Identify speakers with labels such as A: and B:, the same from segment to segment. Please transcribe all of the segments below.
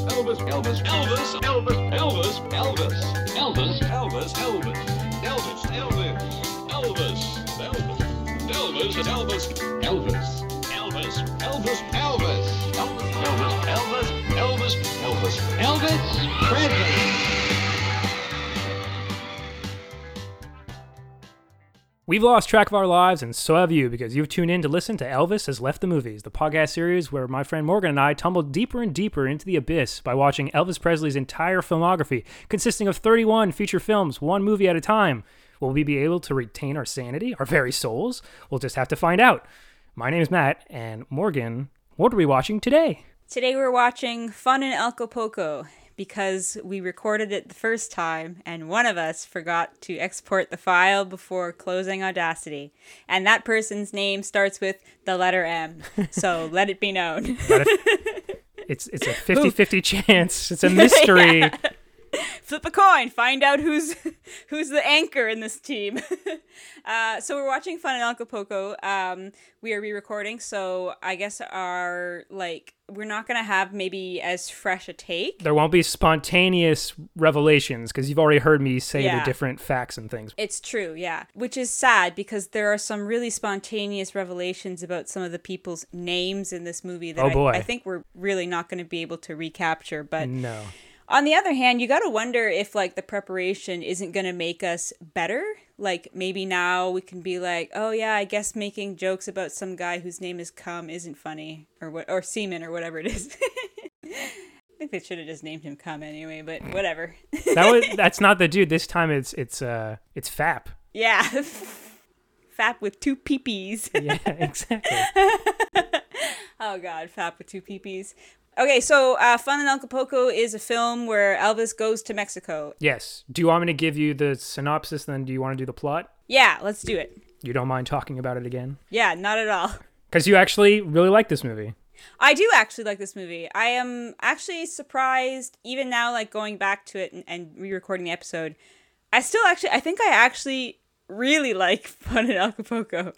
A: Elvis, Elvis, Elvis, Elvis, Elvis, Elvis, Elvis, Elvis, Elvis, Elvis, Elvis, Elvis, Elvis, Elvis, Elvis, Elvis, Elvis, Elvis, Elvis, Elvis, Elvis, Elvis, Elvis Presley.
B: We've lost track of our lives, and so have you, because you've tuned in to listen to Elvis Has Left the Movies, the podcast series where my friend Morgan and I tumbled deeper and deeper into the abyss by watching Elvis Presley's entire filmography, consisting of 31 feature films, one movie at a time. Will we be able to retain our sanity, our very souls? We'll just have to find out. My name is Matt, and Morgan, what are we watching today?
C: Today we're watching Fun in Acapulco because we recorded it the first time and one of us forgot to export the file before closing Audacity. And that person's name starts with the letter M. So let it be known.
B: It's it's a 50-50 chance. It's a mystery.
C: Flip a coin, find out who's who's the anchor in this team. uh, so we're watching Fun in Acapulco. Um, we are re-recording, so I guess our like we're not gonna have maybe as fresh a take.
B: There won't be spontaneous revelations because you've already heard me say the
C: Yeah.
B: different facts and things.
C: It's true, yeah. Which is sad because there are some really spontaneous revelations about some of the people's names in this movie that
B: Oh,
C: I-
B: boy. Mm.
C: I, think we're really not going to be able to recapture. But
B: No.
C: on the other hand, you got to wonder if like the preparation isn't going to make us better. Like maybe now we can be like, oh yeah, I guess making jokes about some guy whose name is cum isn't funny or what or semen or whatever it is. I think they should have just named him cum anyway, but whatever.
B: that was that's not the dude this time it's it's uh it's fap
C: yeah. Fap with two peepees.
B: yeah exactly
C: Oh God, Fap with two peepees. Okay, so uh, Fun in Acapulco is a film where Elvis goes to Mexico.
B: yes do you want me to give you the synopsis then do you want to do the plot
C: Yeah, let's do it.
B: you don't mind talking about it again
C: Yeah, not at all.
B: because you actually really like this movie
C: I do actually like this movie. I am actually surprised, even now, like going back to it and, and re-recording the episode. I still actually, I think I actually really like Fun in Acapulco,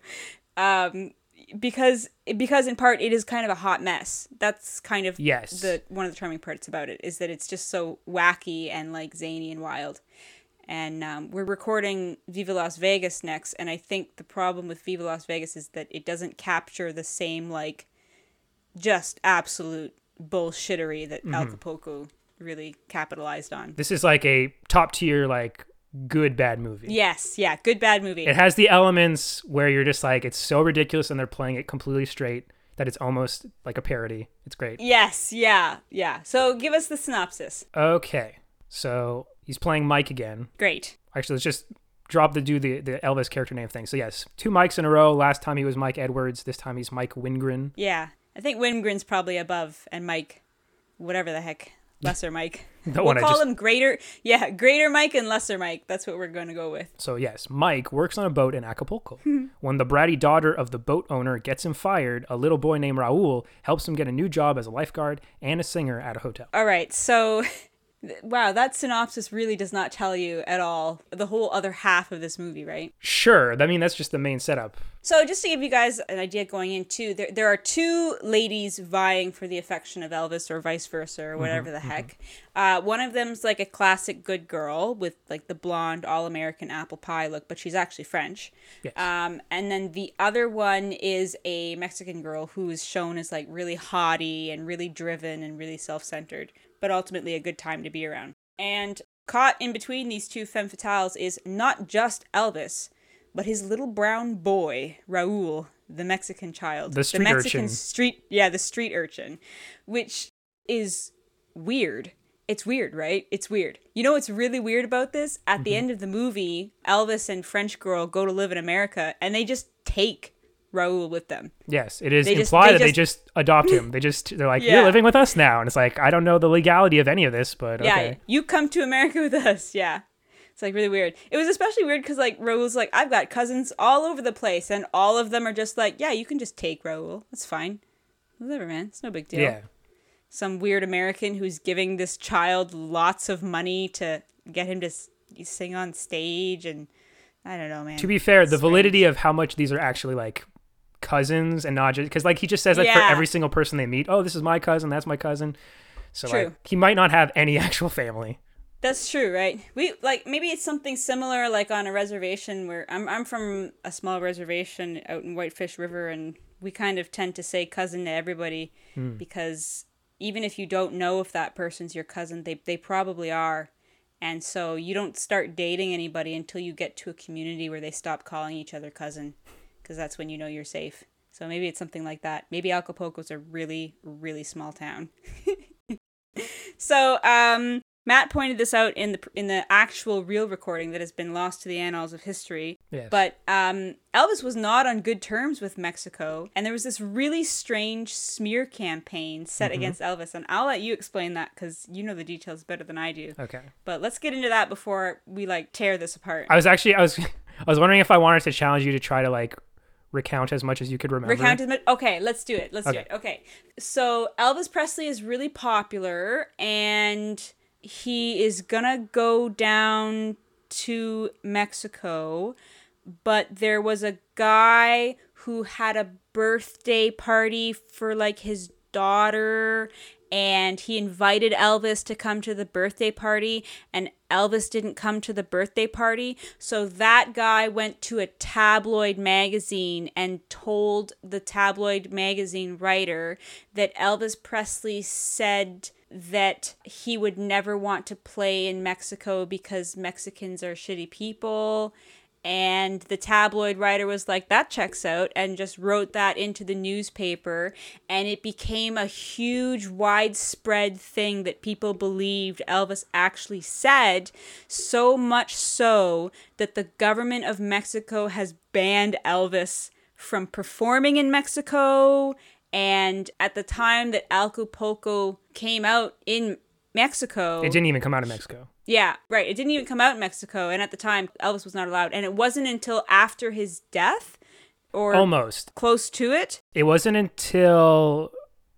C: um, because because in part it is kind of a hot mess. That's kind of
B: Yes.
C: the one of the charming parts about it is that it's just so wacky and like zany and wild. And um, we're recording Viva Las Vegas next, and I think the problem with Viva Las Vegas is that it doesn't capture the same like just absolute bullshittery that
B: Mm-hmm.
C: Acapulco really capitalized on.
B: this is like a top tier like good bad movie
C: Yes, yeah, good bad movie.
B: it has the elements where you're just like it's so ridiculous and they're playing it completely straight that it's almost like a parody it's great
C: Yes, yeah, yeah. So give us the synopsis.
B: okay so he's playing mike again
C: Great.
B: actually let's just drop the do the, the elvis character name thing so yes two mics in a row last time he was mike edwards this time he's mike wingren
C: Yeah, I think Wingren's probably above, and Mike, whatever the heck, lesser Mike.
B: The
C: we'll
B: one I
C: call
B: just-
C: him Greater. Yeah, Greater Mike and Lesser Mike. That's what we're going to go with.
B: so yes mike works on a boat in acapulco
C: Hmm.
B: when the bratty daughter of the boat owner gets him fired a little boy named raul helps him get a new job as a lifeguard and a singer at a hotel
C: All right, so wow, that synopsis really does not tell you at all the whole other half of this movie, right?
B: sure i mean that's just the main setup
C: So just to give you guys an idea going in too, there there are two ladies vying for the affection of Elvis or vice versa or whatever the heck. Uh, one of them's like a classic good girl with like the blonde all American apple pie look, but she's actually French.
B: Yes.
C: Um, and then the other one is a Mexican girl who is shown as like really haughty and really driven and really self centered, but ultimately a good time to be around. And caught in between these two femme fatales is not just Elvis, but his little brown boy, Raul, the Mexican child.
B: The street
C: Mexican
B: urchin.
C: street yeah, the street urchin. Which is weird. It's weird, right? It's weird. You know what's really weird about this? At
B: Mm-hmm.
C: the end of the movie, Elvis and French girl go to live in America and they just take Raul with them.
B: yes it is
C: They just-
B: implied that
C: they
B: they
C: just-
B: just adopt him they just they're like you're
C: Yeah.
B: living with us now and it's like i don't know the legality of any of this but
C: Yeah,
B: okay
C: you come to America with us. Yeah. It's like really weird. It was especially weird because like Raul's like, I've got cousins all over the place, and all of them are just like, yeah, you can just take Raul. That's fine. Whatever, man. It's no big deal.
B: yeah
C: Some weird American who's giving this child lots of money to get him to s- sing on stage, and I don't know, man.
B: to be fair, the validity of how much these are actually like cousins and not just because like he just says that
C: Yeah.
B: for every single person they meet. Oh, this is my cousin. That's my cousin. So
C: True.
B: like he might not have any actual family.
C: That's true, right? We like maybe it's something similar, like on a reservation where I'm I'm from a small reservation out in Whitefish River, and we kind of tend to say cousin to everybody because even if you don't know if that person's your cousin, they they probably are, and so you don't start dating anybody until you get to a community where they stop calling each other cousin, because that's when you know you're safe. So maybe it's something like that. Maybe Acapulco's a really really small town. So um, Matt pointed this out in the in the actual real recording that has been lost to the annals of history.
B: Yes.
C: But um, Elvis was not on good terms with Mexico, and there was this really strange smear campaign set against Elvis. And I'll let you explain that because you know the details better than I do.
B: Okay.
C: But let's get into that before we like tear this apart.
B: I was actually I was I was wondering if I wanted to challenge you to try to like recount as much as you could remember.
C: Recount as much. Okay, let's do it. Let's do
B: Okay.
C: it. Okay. So Elvis Presley is really popular, and he is gonna go down to Mexico, but there was a guy who had a birthday party for like his daughter. And he invited Elvis to come to the birthday party, and Elvis didn't come to the birthday party. So that guy went to a tabloid magazine and told the tabloid magazine writer that Elvis Presley said that he would never want to play in Mexico because Mexicans are shitty people. And the tabloid writer was like, that checks out, and just wrote that into the newspaper. And it became a huge, widespread thing that people believed Elvis actually said. So much so that the government of Mexico has banned Elvis from performing in Mexico. And at the time that Acapulco came out in Mexico,
B: It didn't even come out of Mexico.
C: yeah, right. It didn't even come out in Mexico, and at the time, Elvis was not allowed. And it wasn't until after his death, or
B: Almost.
C: close to it.
B: It wasn't until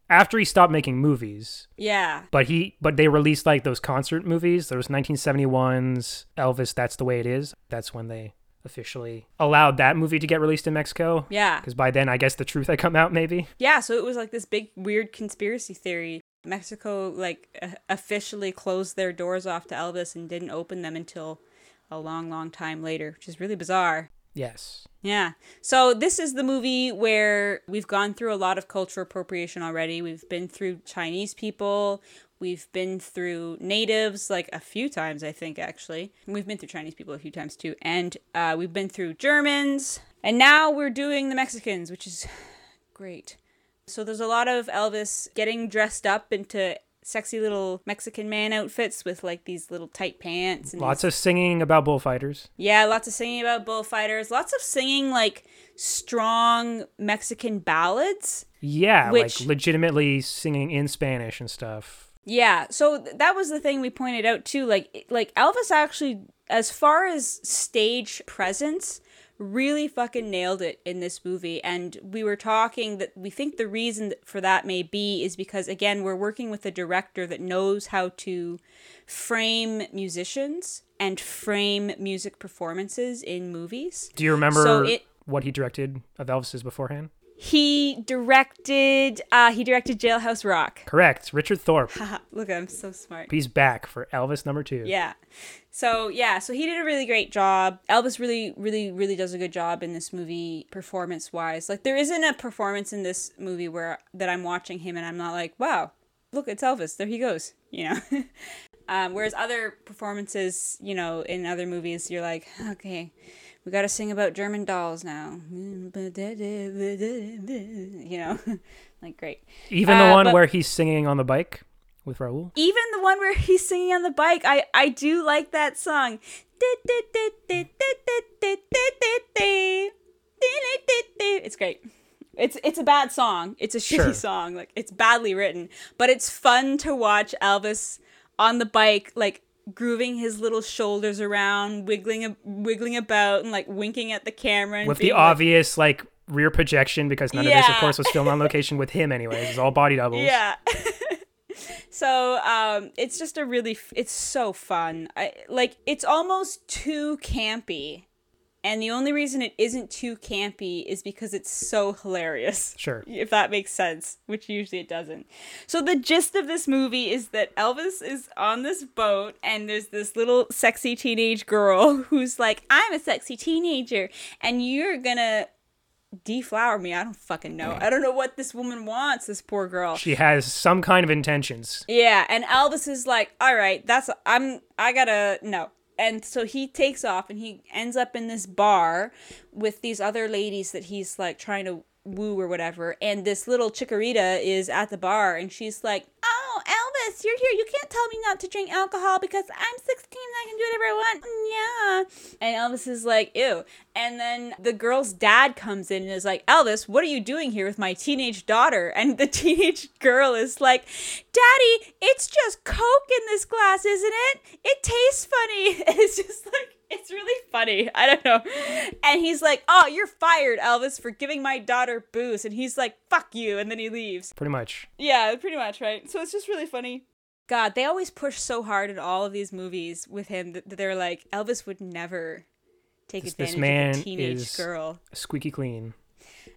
B: after he stopped making movies,
C: Yeah,
B: but he but they released like those concert movies. There was 1971's Elvis That's the Way It Is. That's when they officially allowed that movie to get released in Mexico.
C: yeah,
B: Cuz by then I guess the truth had come out maybe.
C: yeah. So it was like this big weird conspiracy theory. Mexico like uh, officially closed their doors off to Elvis and didn't open them until a long, long time later, which is really bizarre.
B: Yes.
C: Yeah. So this is the movie where we've gone through a lot of cultural appropriation already. We've been through Chinese people. We've been through natives like a few times, I think, actually. We've been through Chinese people a few times too. And uh, we've been through Germans. And now we're doing the Mexicans, which is great. So there's a lot of Elvis getting dressed up into sexy little Mexican man outfits with like these little tight pants and
B: Lots of singing about bullfighters.
C: yeah, lots of singing about bullfighters, lots of singing like strong Mexican ballads.
B: Yeah,
C: Which-
B: like legitimately singing in Spanish and stuff.
C: Yeah, so th- that was the thing we pointed out too. Like it- like Elvis actually as far as stage presence really fucking nailed it in this movie and we were talking that we think the reason th- for that may be is because again we're working with a director that knows how to frame musicians and frame music performances in movies.
B: Do you remember
C: So it-
B: what he directed of Elvis's beforehand?
C: He directed. Uh, he directed Jailhouse Rock.
B: Correct. Richard Thorpe.
C: Haha, Look, I'm so smart.
B: He's back for Elvis number two.
C: Yeah. So yeah, so he did a really great job. Elvis really, really, really does a good job in this movie, performance wise. Like there isn't a performance in this movie where that I'm watching him and I'm not like, wow, look, it's Elvis. There he goes. You know. um, whereas other performances, you know, in other movies, you're like, okay, we got to sing about German dolls now. You know, like great.
B: Even the
C: Uh,
B: one
C: but-
B: where he's singing on the bike with Raul.
C: even the one where he's singing on the bike i i do like that song it's great it's it's a bad song it's a shitty
B: Sure.
C: song like it's badly written but it's fun to watch elvis on the bike like grooving his little shoulders around wiggling a- wiggling about and like winking at the camera and
B: With the
C: being like,
B: obvious like rear projection because none of this of
C: Yeah.
B: course was filmed on location with him anyways. It's all body doubles.
C: Yeah. so um, it's just a really f- it's so fun. I like it's almost too campy And the only reason it isn't too campy is because it's so hilarious.
B: Sure.
C: If that makes sense, which usually it doesn't. So the gist of this movie is that Elvis is on this boat and there's this little sexy teenage girl who's like, "I'm a sexy teenager and you're going to deflower me. I don't fucking know. I don't know what this woman wants, this poor girl."
B: She has some kind of intentions.
C: Yeah, and Elvis is like, "All right, that's I'm I gotta no." And so he takes off, and he ends up in this bar with these other ladies that he's like trying to woo or whatever. And this little chikorita is at the bar, and she's like, "Oh, Elvis, you're here. You can't tell me not to drink alcohol because I'm 16 and I can do whatever I want." Mm, Yeah. And Elvis is like, "Ew." And then the girl's dad comes in and is like, "Elvis, what are you doing here with my teenage daughter?" And the teenage girl is like, "Daddy, it's just Coke in this glass, isn't it? It tastes funny." It's just like it's really funny. I don't know. And he's like, "Oh, you're fired, Elvis, for giving my daughter booze." And he's like, "Fuck you." And then he leaves.
B: Pretty much.
C: Yeah, pretty much, right? So it's just really funny. God, they always push so hard in all of these movies with him that that they're like, Elvis would never take
B: This- this
C: advantage
B: man
C: of a teenage
B: is-
C: girl.
B: Squeaky clean.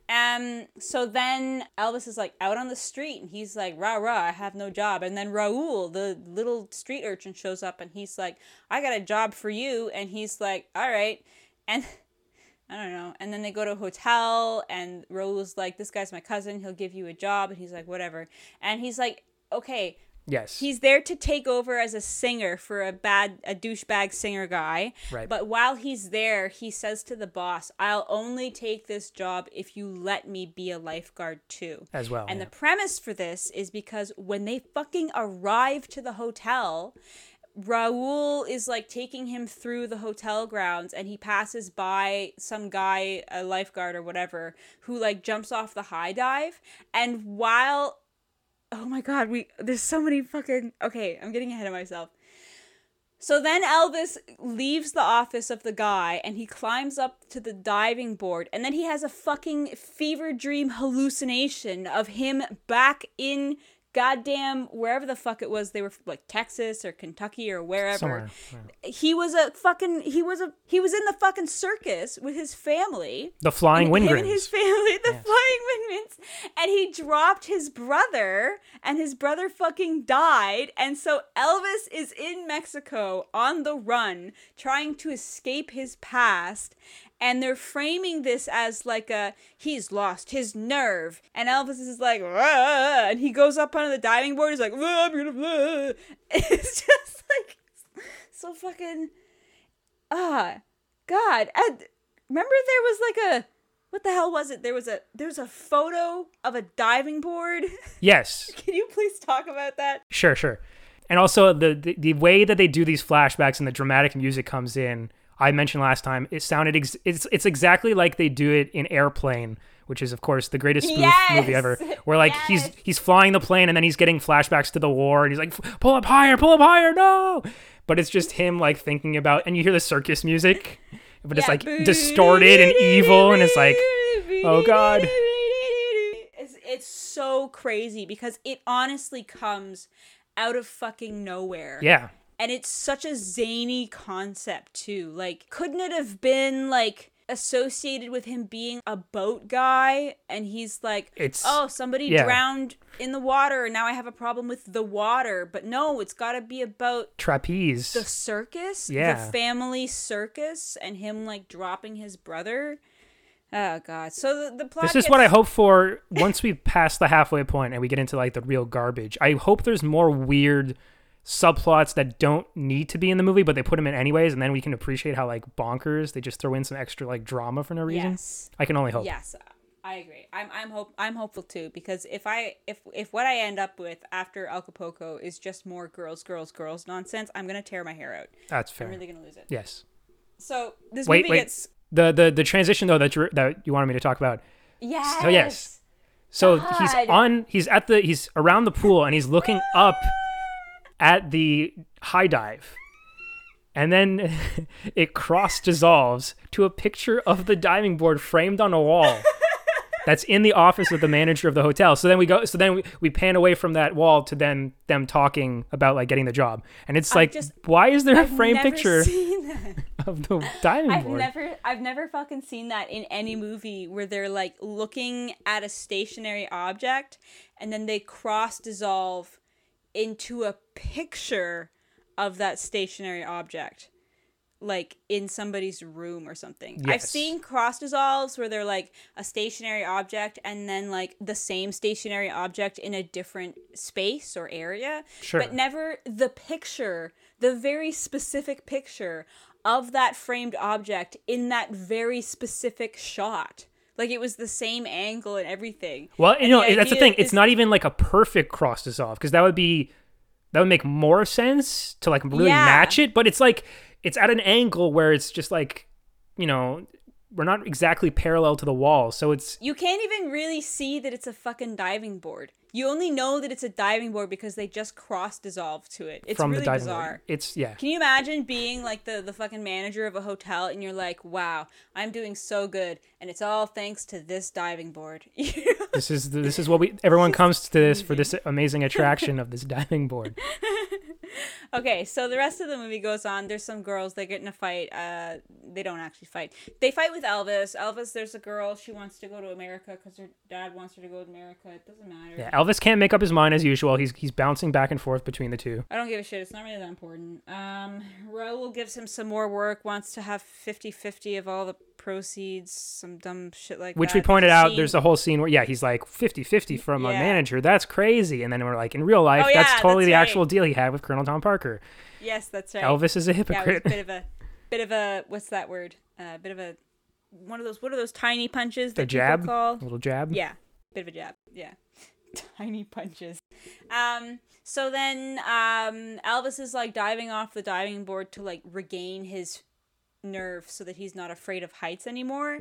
C: Um, so then Elvis is like out on the street and he's like, rah rah, I have no job. And then Raul, the little street urchin, shows up and he's like, I got a job for you. And he's like, all right. And I don't know. And then they go to a hotel and Raul's like, this guy's my cousin. He'll give you a job. And he's like, whatever. And he's like, okay,
B: Yes.
C: He's there to take over as a singer for a bad a douchebag singer guy.
B: Right.
C: But while he's there, he says to the boss, "I'll only take this job if you let me be a lifeguard too."
B: As well,
C: And
B: yeah.
C: the premise for this is because when they fucking arrive to the hotel, Raul is like taking him through the hotel grounds and he passes by some guy, a lifeguard or whatever, who like jumps off the high dive. And while oh my god, we there's so many fucking okay, I'm getting ahead of myself. So then Elvis leaves the office of the guy and he climbs up to the diving board and then he has a fucking fever dream hallucination of him back in goddamn wherever the fuck it was they were like Texas or Kentucky or wherever
B: Somewhere. Yeah.
C: he was a fucking he was a he was in the fucking circus with his family
B: The flying
C: and
B: windgrins.
C: him and his family, the flying windmills, and he dropped his brother, and his brother fucking died, and so Elvis is in Mexico on the run, trying to escape his past, and they're framing this as like a he's lost his nerve, and Elvis is like, "Rah," and he goes up onto the diving board, he's like, "Rah, I'm gonna," fly." it's just like so fucking ah god and remember there was like a what the hell was it there was a there was a photo of a diving board
B: yes.
C: can you please talk about that
B: Sure, sure. And also the, the the way that they do these flashbacks and the dramatic music comes in. I mentioned last time it sounded ex- it's it's exactly like they do it in Airplane, which is of course the greatest spoof movie
C: Yes!
B: ever. Where like
C: Yes!
B: he's he's flying the plane and then he's getting flashbacks to the war and he's like pull up higher, pull up higher, no. But it's just him like thinking about and you hear the circus music, but it's
C: Yeah.
B: like distorted and evil and it's like oh god.
C: it's, it's so crazy because it honestly comes out of fucking nowhere
B: yeah.
C: and it's such a zany concept too like couldn't it have been like associated with him being a boat guy and he's like
B: It's-
C: oh somebody
B: yeah.
C: drowned in the water and now i have a problem with the water but no it's got to be about
B: Trapeze.
C: the circus
B: Yeah.
C: the family circus and him like dropping his brother oh god so the, the plot
B: This is what I
C: gets-
B: hope for once we pass the halfway point and we get into like the real garbage. I hope there's more weird subplots that don't need to be in the movie, but they put them in anyways, and then we can appreciate how like bonkers they just throw in some extra like drama for no reason.
C: Yes.
B: I can only hope.
C: Yes, I agree. I'm I'm hope I'm hopeful too because if I if if what I end up with after Acapulco is just more girls, girls, girls nonsense, I'm gonna tear my hair out.
B: That's fair.
C: I'm really gonna lose it.
B: yes.
C: So this
B: Wait,
C: movie
B: wait.
C: gets
B: The the the transition though that you that you wanted me to talk about.
C: yes.
B: So Oh, yes. So he's
C: Oh, God.
B: on he's at the he's around the pool and he's looking up at the high dive. And then it cross dissolves to a picture of the diving board framed on a wall. That's in the office of the manager of the hotel. So then we go. So then we, we pan away from that wall to then them talking about like getting the job. And it's like,
C: just-
B: why is there a
C: I've
B: frame
C: never
B: picture
C: seen that.
B: of the diamond
C: I've
B: board?
C: never I've never fucking seen that in any movie where they're like looking at a stationary object and then they cross dissolve into a picture of that stationary object. Like in somebody's room or something. I've
B: Yes.
C: seen cross dissolves where they're like a stationary object and then like the same stationary object in a different space or area.
B: Sure.
C: But never the picture, the very specific picture of that framed object in that very specific shot. Like it was the same angle and everything.
B: Well, you
C: And
B: know,
C: the
B: that's the
C: idea
B: thing. It's
C: is-
B: not even like a perfect cross dissolve because that would be that would make more sense to like really
C: Yeah.
B: match it. But it's like it's at an angle where it's just like you know we're not exactly parallel to the wall, so it's
C: You can't even really see that it's a fucking diving board. You only know that it's a diving board because they just cross dissolve to it. It's
B: from
C: really
B: the diving
C: bizarre.
B: board. It's yeah.
C: Can you imagine being like the the fucking manager of a hotel and you're like, "Wow, I'm doing so good and it's all thanks to this diving board."
B: this is the, this is what we everyone comes to this for this amazing attraction of this diving board.
C: Okay, so the rest of the movie goes on. There's some girls. They get in a fight. Uh, they don't actually fight. They fight with Elvis. Elvis, there's a girl. She wants to go to America because her dad wants her to go to America. It doesn't matter.
B: Yeah, Elvis can't make up his mind as usual. He's he's bouncing back and forth between the two.
C: I don't give a shit. It's not really that important. Um, Raul gives him some more work. Wants to have 50-50 of all the proceeds. Some dumb shit like
B: Which
C: that.
B: we pointed
C: There's a
B: out,
C: scene-
B: there's a whole scene where, yeah, he's like 50 50 from a
C: Yeah.
B: manager. That's crazy. And then we're like, in real life,
C: Oh, yeah,
B: that's totally
C: that's
B: the
C: right.
B: actual deal he had with Colonel Tom Parker.
C: Yes, that's right.
B: Elvis is a
C: Yeah, it was
B: hypocrite.
C: a bit of a, bit of a what's that word? A uh, bit of a, one of those. What are those tiny punches?
B: the
C: that people
B: jab,
C: Call?
B: little jab.
C: Yeah, bit of a jab. Yeah, tiny punches. Um, so then um, Elvis is like diving off the diving board to like regain his nerve so that he's not afraid of heights anymore.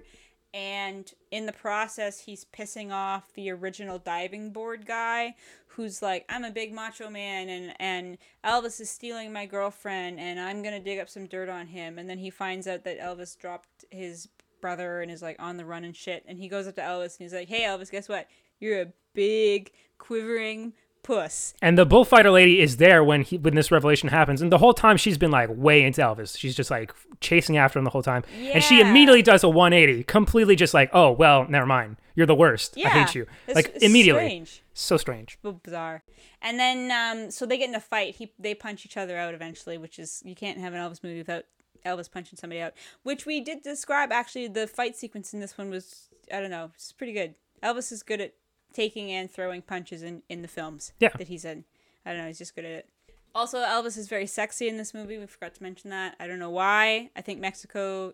C: And in the process, he's pissing off the original diving board guy, who's like, "I'm a big macho man, and and Elvis is stealing my girlfriend, and I'm gonna dig up some dirt on him." And then he finds out that Elvis dropped his brother and is like on the run and shit. And he goes up to Elvis and he's like, "Hey, Elvis, guess what? You're a big quivering puss."
B: And the bullfighter lady is there when he when this revelation happens, and the whole time she's been like way into Elvis. She's just like chasing after him the whole time, and she
C: Yeah.
B: immediately does a 180, completely just like, oh well, never mind. You're the worst. I hate you.
C: It's-
B: like
C: it's
B: immediately.
C: strange.
B: So strange.
C: b- bizarre. And then um, so they get in a fight. He they punch each other out eventually, which is you can't have an Elvis movie without Elvis punching somebody out. Which we did describe actually. The fight sequence in this one was I don't know, it's pretty good. Elvis is good at taking and throwing punches in in the films
B: Yeah.
C: that he's in. I don't know, he's just good at it. Also, Elvis is very sexy in this movie. We forgot to mention that. I don't know why. I think Mexico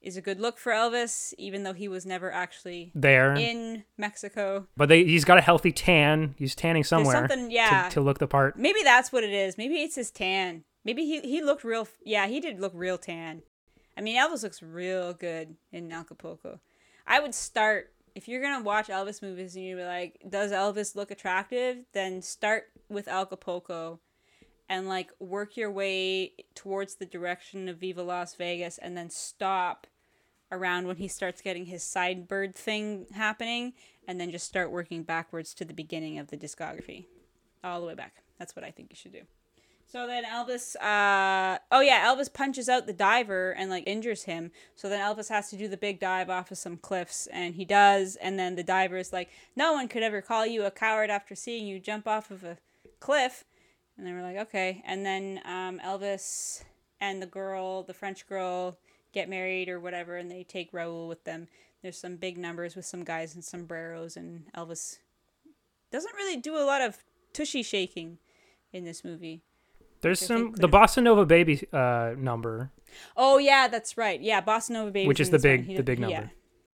C: is a good look for Elvis, even though he was never actually
B: There,
C: in Mexico.
B: but they, he's got a healthy tan. He's tanning somewhere
C: something-
B: to-
C: yeah.
B: to, look the part.
C: Maybe that's what it is. Maybe it's his tan. Maybe he he looked real. Yeah, he did look real tan. I mean, Elvis looks real good in Acapulco. I would start if you're gonna watch Elvis movies and you're like, does Elvis look attractive? Then start with Acapulco, and like work your way towards the direction of Viva Las Vegas, and then stop around when he starts getting his side bird thing happening, and then just start working backwards to the beginning of the discography all the way back. That's what I think you should do. So then Elvis, uh, oh yeah, Elvis punches out the diver and like injures him. So then Elvis has to do the big dive off of some cliffs, and he does. And then the diver is like, "No one could ever call you a coward after seeing you jump off of a cliff." And then we're like, "Okay." And then um, Elvis and the girl, the French girl, get married or whatever, and they take Raoul with them. There's some big numbers with some guys in sombreros, and Elvis doesn't really do a lot of tushy shaking in this movie.
B: There's
C: I
B: some
C: think
B: the Bossa Nova baby uh, number.
C: Oh yeah, that's right. Yeah, Bossa Nova Baby,
B: Which is the big- the big
C: Yeah,
B: number.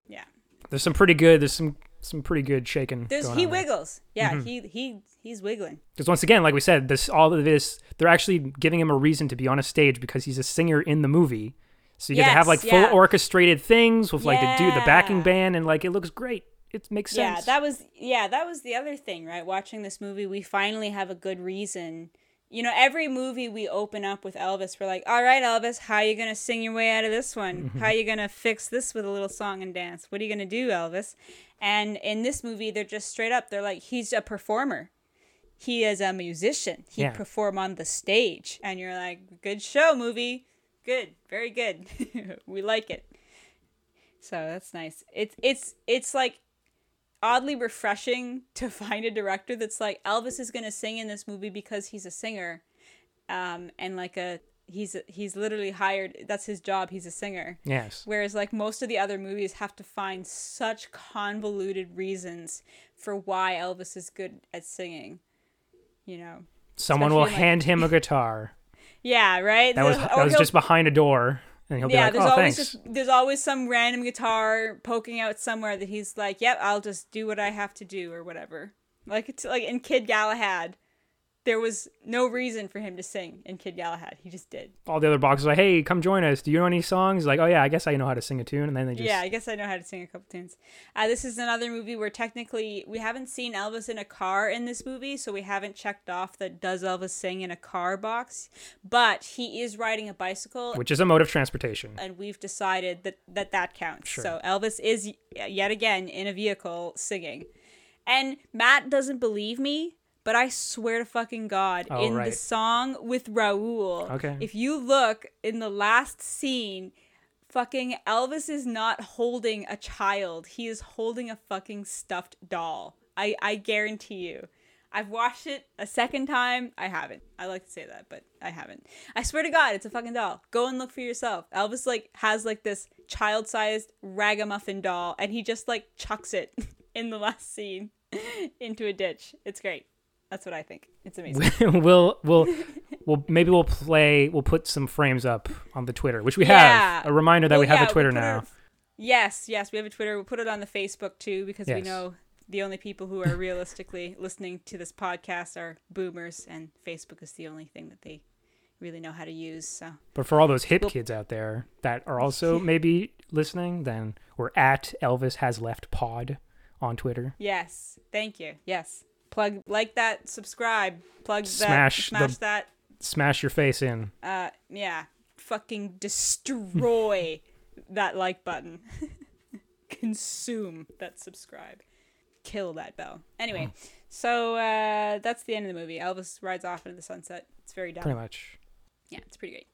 C: yeah.
B: There's some pretty good. There's some some pretty good shaking.
C: There's
B: going
C: he
B: on there. Mm-hmm.
C: wiggles. Yeah, he he he's wiggling.
B: Because once again, like we said, this all of this, they're actually giving him a reason to be on a stage because he's a singer in the movie. So you get to have like
C: Yes, yeah.
B: full orchestrated things with like the dude, the backing
C: Yeah.
B: band, and like it looks great. It makes
C: Yeah,
B: sense.
C: that was yeah, that was the other thing, right? Watching this movie, we finally have a good reason you know, every movie we open up with Elvis, we're like, all right, Elvis, how you going to sing your way out of this one? How you going to fix this with a little song and dance? What are you going to do, Elvis? And in this movie, they're just straight up, they're like, he's a performer. He is a musician. He
B: Yeah.
C: perform on the stage. And you're like, good show, movie. Good. Very good. we like it. So that's nice. It's it's it's like oddly refreshing to find a director that's like Elvis is gonna sing in this movie because he's a singer, um, and like a he's he's literally hired. That's his job. He's a singer.
B: Yes.
C: Whereas like most of the other movies have to find such convoluted reasons for why Elvis is good at singing. You know.
B: Someone will
C: especially, like-
B: hand him a guitar.
C: Yeah. Right.
B: That was
C: Or
B: that was
C: he'll-
B: just behind a door, and he'll be
C: yeah,
B: like,
C: there's
B: "Oh,
C: always
B: thanks."
C: just, there's always some random guitar poking out somewhere that he's like, "Yep, I'll just do what I have to do" or whatever. Like it's like in Kid Galahad, there was no reason for him to sing in Kid Galahad. He just did.
B: All the other boxes like, "Hey, come join us. Do you know any songs?" Like, "Oh yeah, I guess I know how to sing a tune." And then they just
C: yeah, I guess I know how to sing a couple tunes. Uh, this is another movie where technically we haven't seen Elvis in a car in this movie, so we haven't checked off the does Elvis sing in a car box. But he is riding a bicycle,
B: which is a mode of transportation.
C: and we've decided that that, that counts. So Elvis is y- yet again in a vehicle singing. And Matt doesn't believe me, but I swear to fucking God,
B: Oh,
C: in the
B: right.
C: song with Raul,
B: Okay.
C: if you look in the last scene, fucking Elvis is not holding a child. He is holding a fucking stuffed doll. I, I guarantee you. I've watched it a second time. I haven't. I like to say that, but I haven't. I swear to God, it's a fucking doll. Go and look for yourself. Elvis like has like this child-sized ragamuffin doll, and he just like chucks it in the last scene into a ditch. It's great. That's what I think. It's amazing.
B: we'll we'll we'll maybe we'll play. We'll put some frames up on the Twitter, which we have.
C: Yeah.
B: A reminder that
C: Well,
B: we have
C: yeah,
B: a
C: we'll
B: Twitter
C: put it
B: now.
C: on- yes, yes, we have a Twitter. We'll put it on the Facebook too because we
B: Yes.
C: know the only people who are realistically listening to this podcast are boomers, and Facebook is the only thing that they really know how to use. So
B: But for all those hip kids out there that are also maybe listening, then we're at Elvis has left pod on Twitter.
C: yes, thank you. Yes, plug like that, subscribe, plug that,
B: Smash the-
C: smash that.
B: Smash your face in.
C: Uh, yeah, fucking destroy that like button. Consume that subscribe. Kill that bell. Anyway,
B: Mm.
C: so uh, that's the end of the movie. Elvis rides off into the sunset. It's very dumb.
B: Pretty much.
C: Yeah, it's pretty great.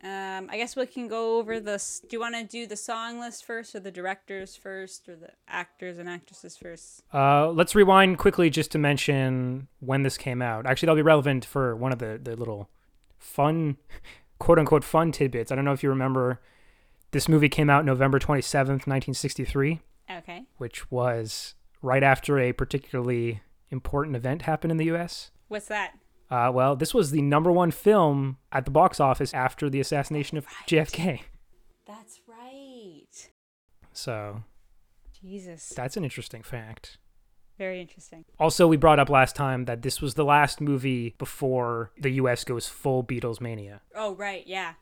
C: Um, I guess we can go over the. s- Do you want to do the song list first, or the directors first, or the actors and actresses first?
B: Uh, let's rewind quickly just to mention when this came out. Actually, that'll be relevant for one of the, the little fun, quote unquote, fun tidbits. I don't know if you remember, this movie came out November 27th, 1963,
C: Okay.
B: which was right after a particularly important event happened in the U.S.
C: What's that?
B: Uh, well, this was the number one film at the box office after the assassination of JFK.
C: That's right.
B: So
C: Jesus.
B: that's an interesting fact.
C: Very interesting.
B: Also, we brought up last time that this was the last movie before the U.S. goes full Beatles mania,
C: Oh right, yeah,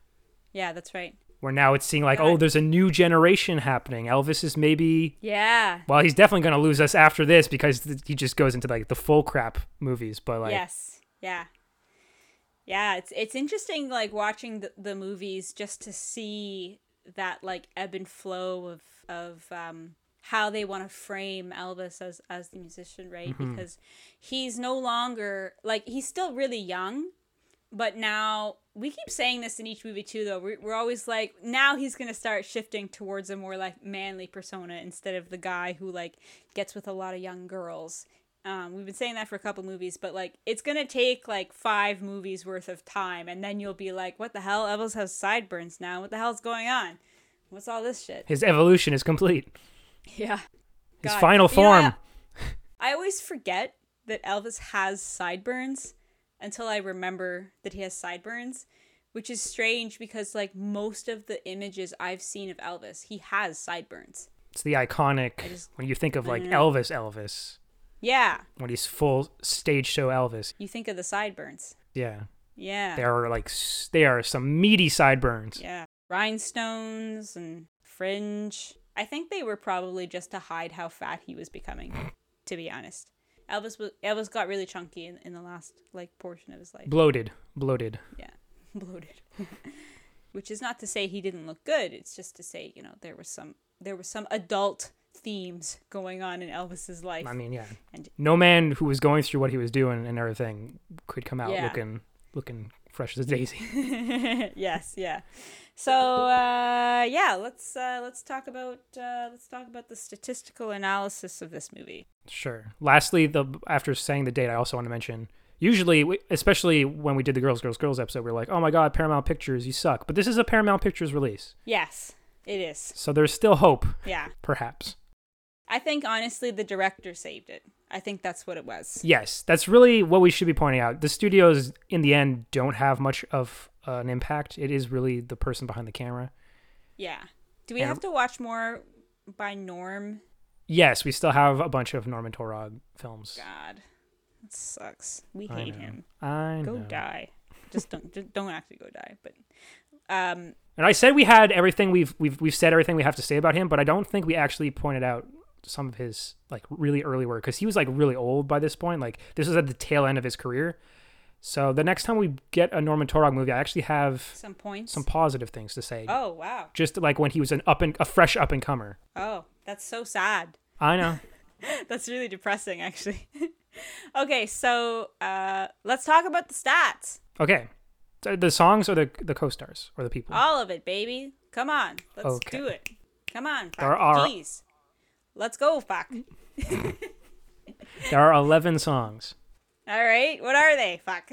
C: yeah, that's right.
B: where now it's seeing like,
C: Got it.
B: oh, there's a new generation happening. Elvis is maybe,
C: Yeah.
B: well, he's definitely going to lose us after this because th- he just goes into like the full crap movies. But like,
C: yes. Yeah. Yeah, it's it's interesting like watching the, the movies just to see that like ebb and flow of of um how they want to frame Elvis as as the musician, right? Because he's no longer like he's still really young, but now we keep saying this in each movie too though we're, we're always like now he's gonna start shifting towards a more like manly persona instead of the guy who like gets with a lot of young girls um, we've been saying that for a couple movies but like it's gonna take like five movies worth of time and then you'll be like what the hell elvis has sideburns now what the hell's going on what's all this shit
B: his evolution is complete.
C: yeah
B: His
C: God.
B: final
C: You know, I-
B: form.
C: I always forget that Elvis has sideburns until I remember that he has sideburns, which is strange because like most of the images I've seen of Elvis, he has sideburns.
B: It's the iconic
C: just-
B: when you think of like
C: don't know.
B: Elvis, Elvis,
C: Yeah,
B: when he's full stage show Elvis.
C: you think of the sideburns.
B: Yeah,
C: Yeah.
B: there are like s- they are some meaty sideburns.
C: Yeah. Rhinestones and fringe. I think they were probably just to hide how fat he was becoming, to be honest. Elvis was, Elvis got really chunky in, in the last like portion of his life.
B: Bloated, bloated.
C: yeah, bloated. Which is not to say he didn't look good. It's just to say you know there was some there was some adult themes going on in Elvis's life.
B: I mean, yeah.
C: And-
B: No man who was going through what he was doing and everything could come out
C: Yeah.
B: looking looking fresh as a daisy.
C: yes, yeah. So uh, yeah, let's uh, let's talk about uh, let's talk about the statistical analysis of this movie.
B: Sure. Lastly, the after saying the date, I also want to mention. Usually, we, especially when we did the Girls, Girls, Girls episode, we are like, "Oh my God, Paramount Pictures, you suck!" But this is a Paramount Pictures release,
C: Yes, it is.
B: so there's still hope,
C: Yeah,
B: perhaps.
C: I think honestly the director saved it. I think that's what it was.
B: Yes, that's really what we should be pointing out. The studios, in the end, don't have much of uh, an impact. It is really the person behind the camera.
C: Yeah. Do we
B: And-
C: have to watch more by Norm?
B: Yes, we still have a bunch of Norman Torog films.
C: God, that sucks. We
B: I
C: hate
B: know.
C: him.
B: I
C: Go
B: know.
C: die. Just don't just don't actually go die. But um,
B: And I said we had everything we've we've we've said everything we have to say about him, but I don't think we actually pointed out some of his like really early work because he was like really old by this point. Like this was at the tail end of his career. So the next time we get a Norman Torog movie, I actually have
C: some points.
B: some positive things to say.
C: oh wow.
B: Just like when he was an up and a fresh up and comer.
C: Oh, that's so sad.
B: I know.
C: That's really depressing, actually. okay, so uh, let's talk about the stats.
B: okay, So the songs or the the co-stars or the people.
C: All of it, baby. Come on, let's
B: Okay.
C: do it. Come on, fuck.
B: There are-
C: Jeez. Let's go, fuck.
B: There are eleven songs.
C: All right, what are they? Fuck.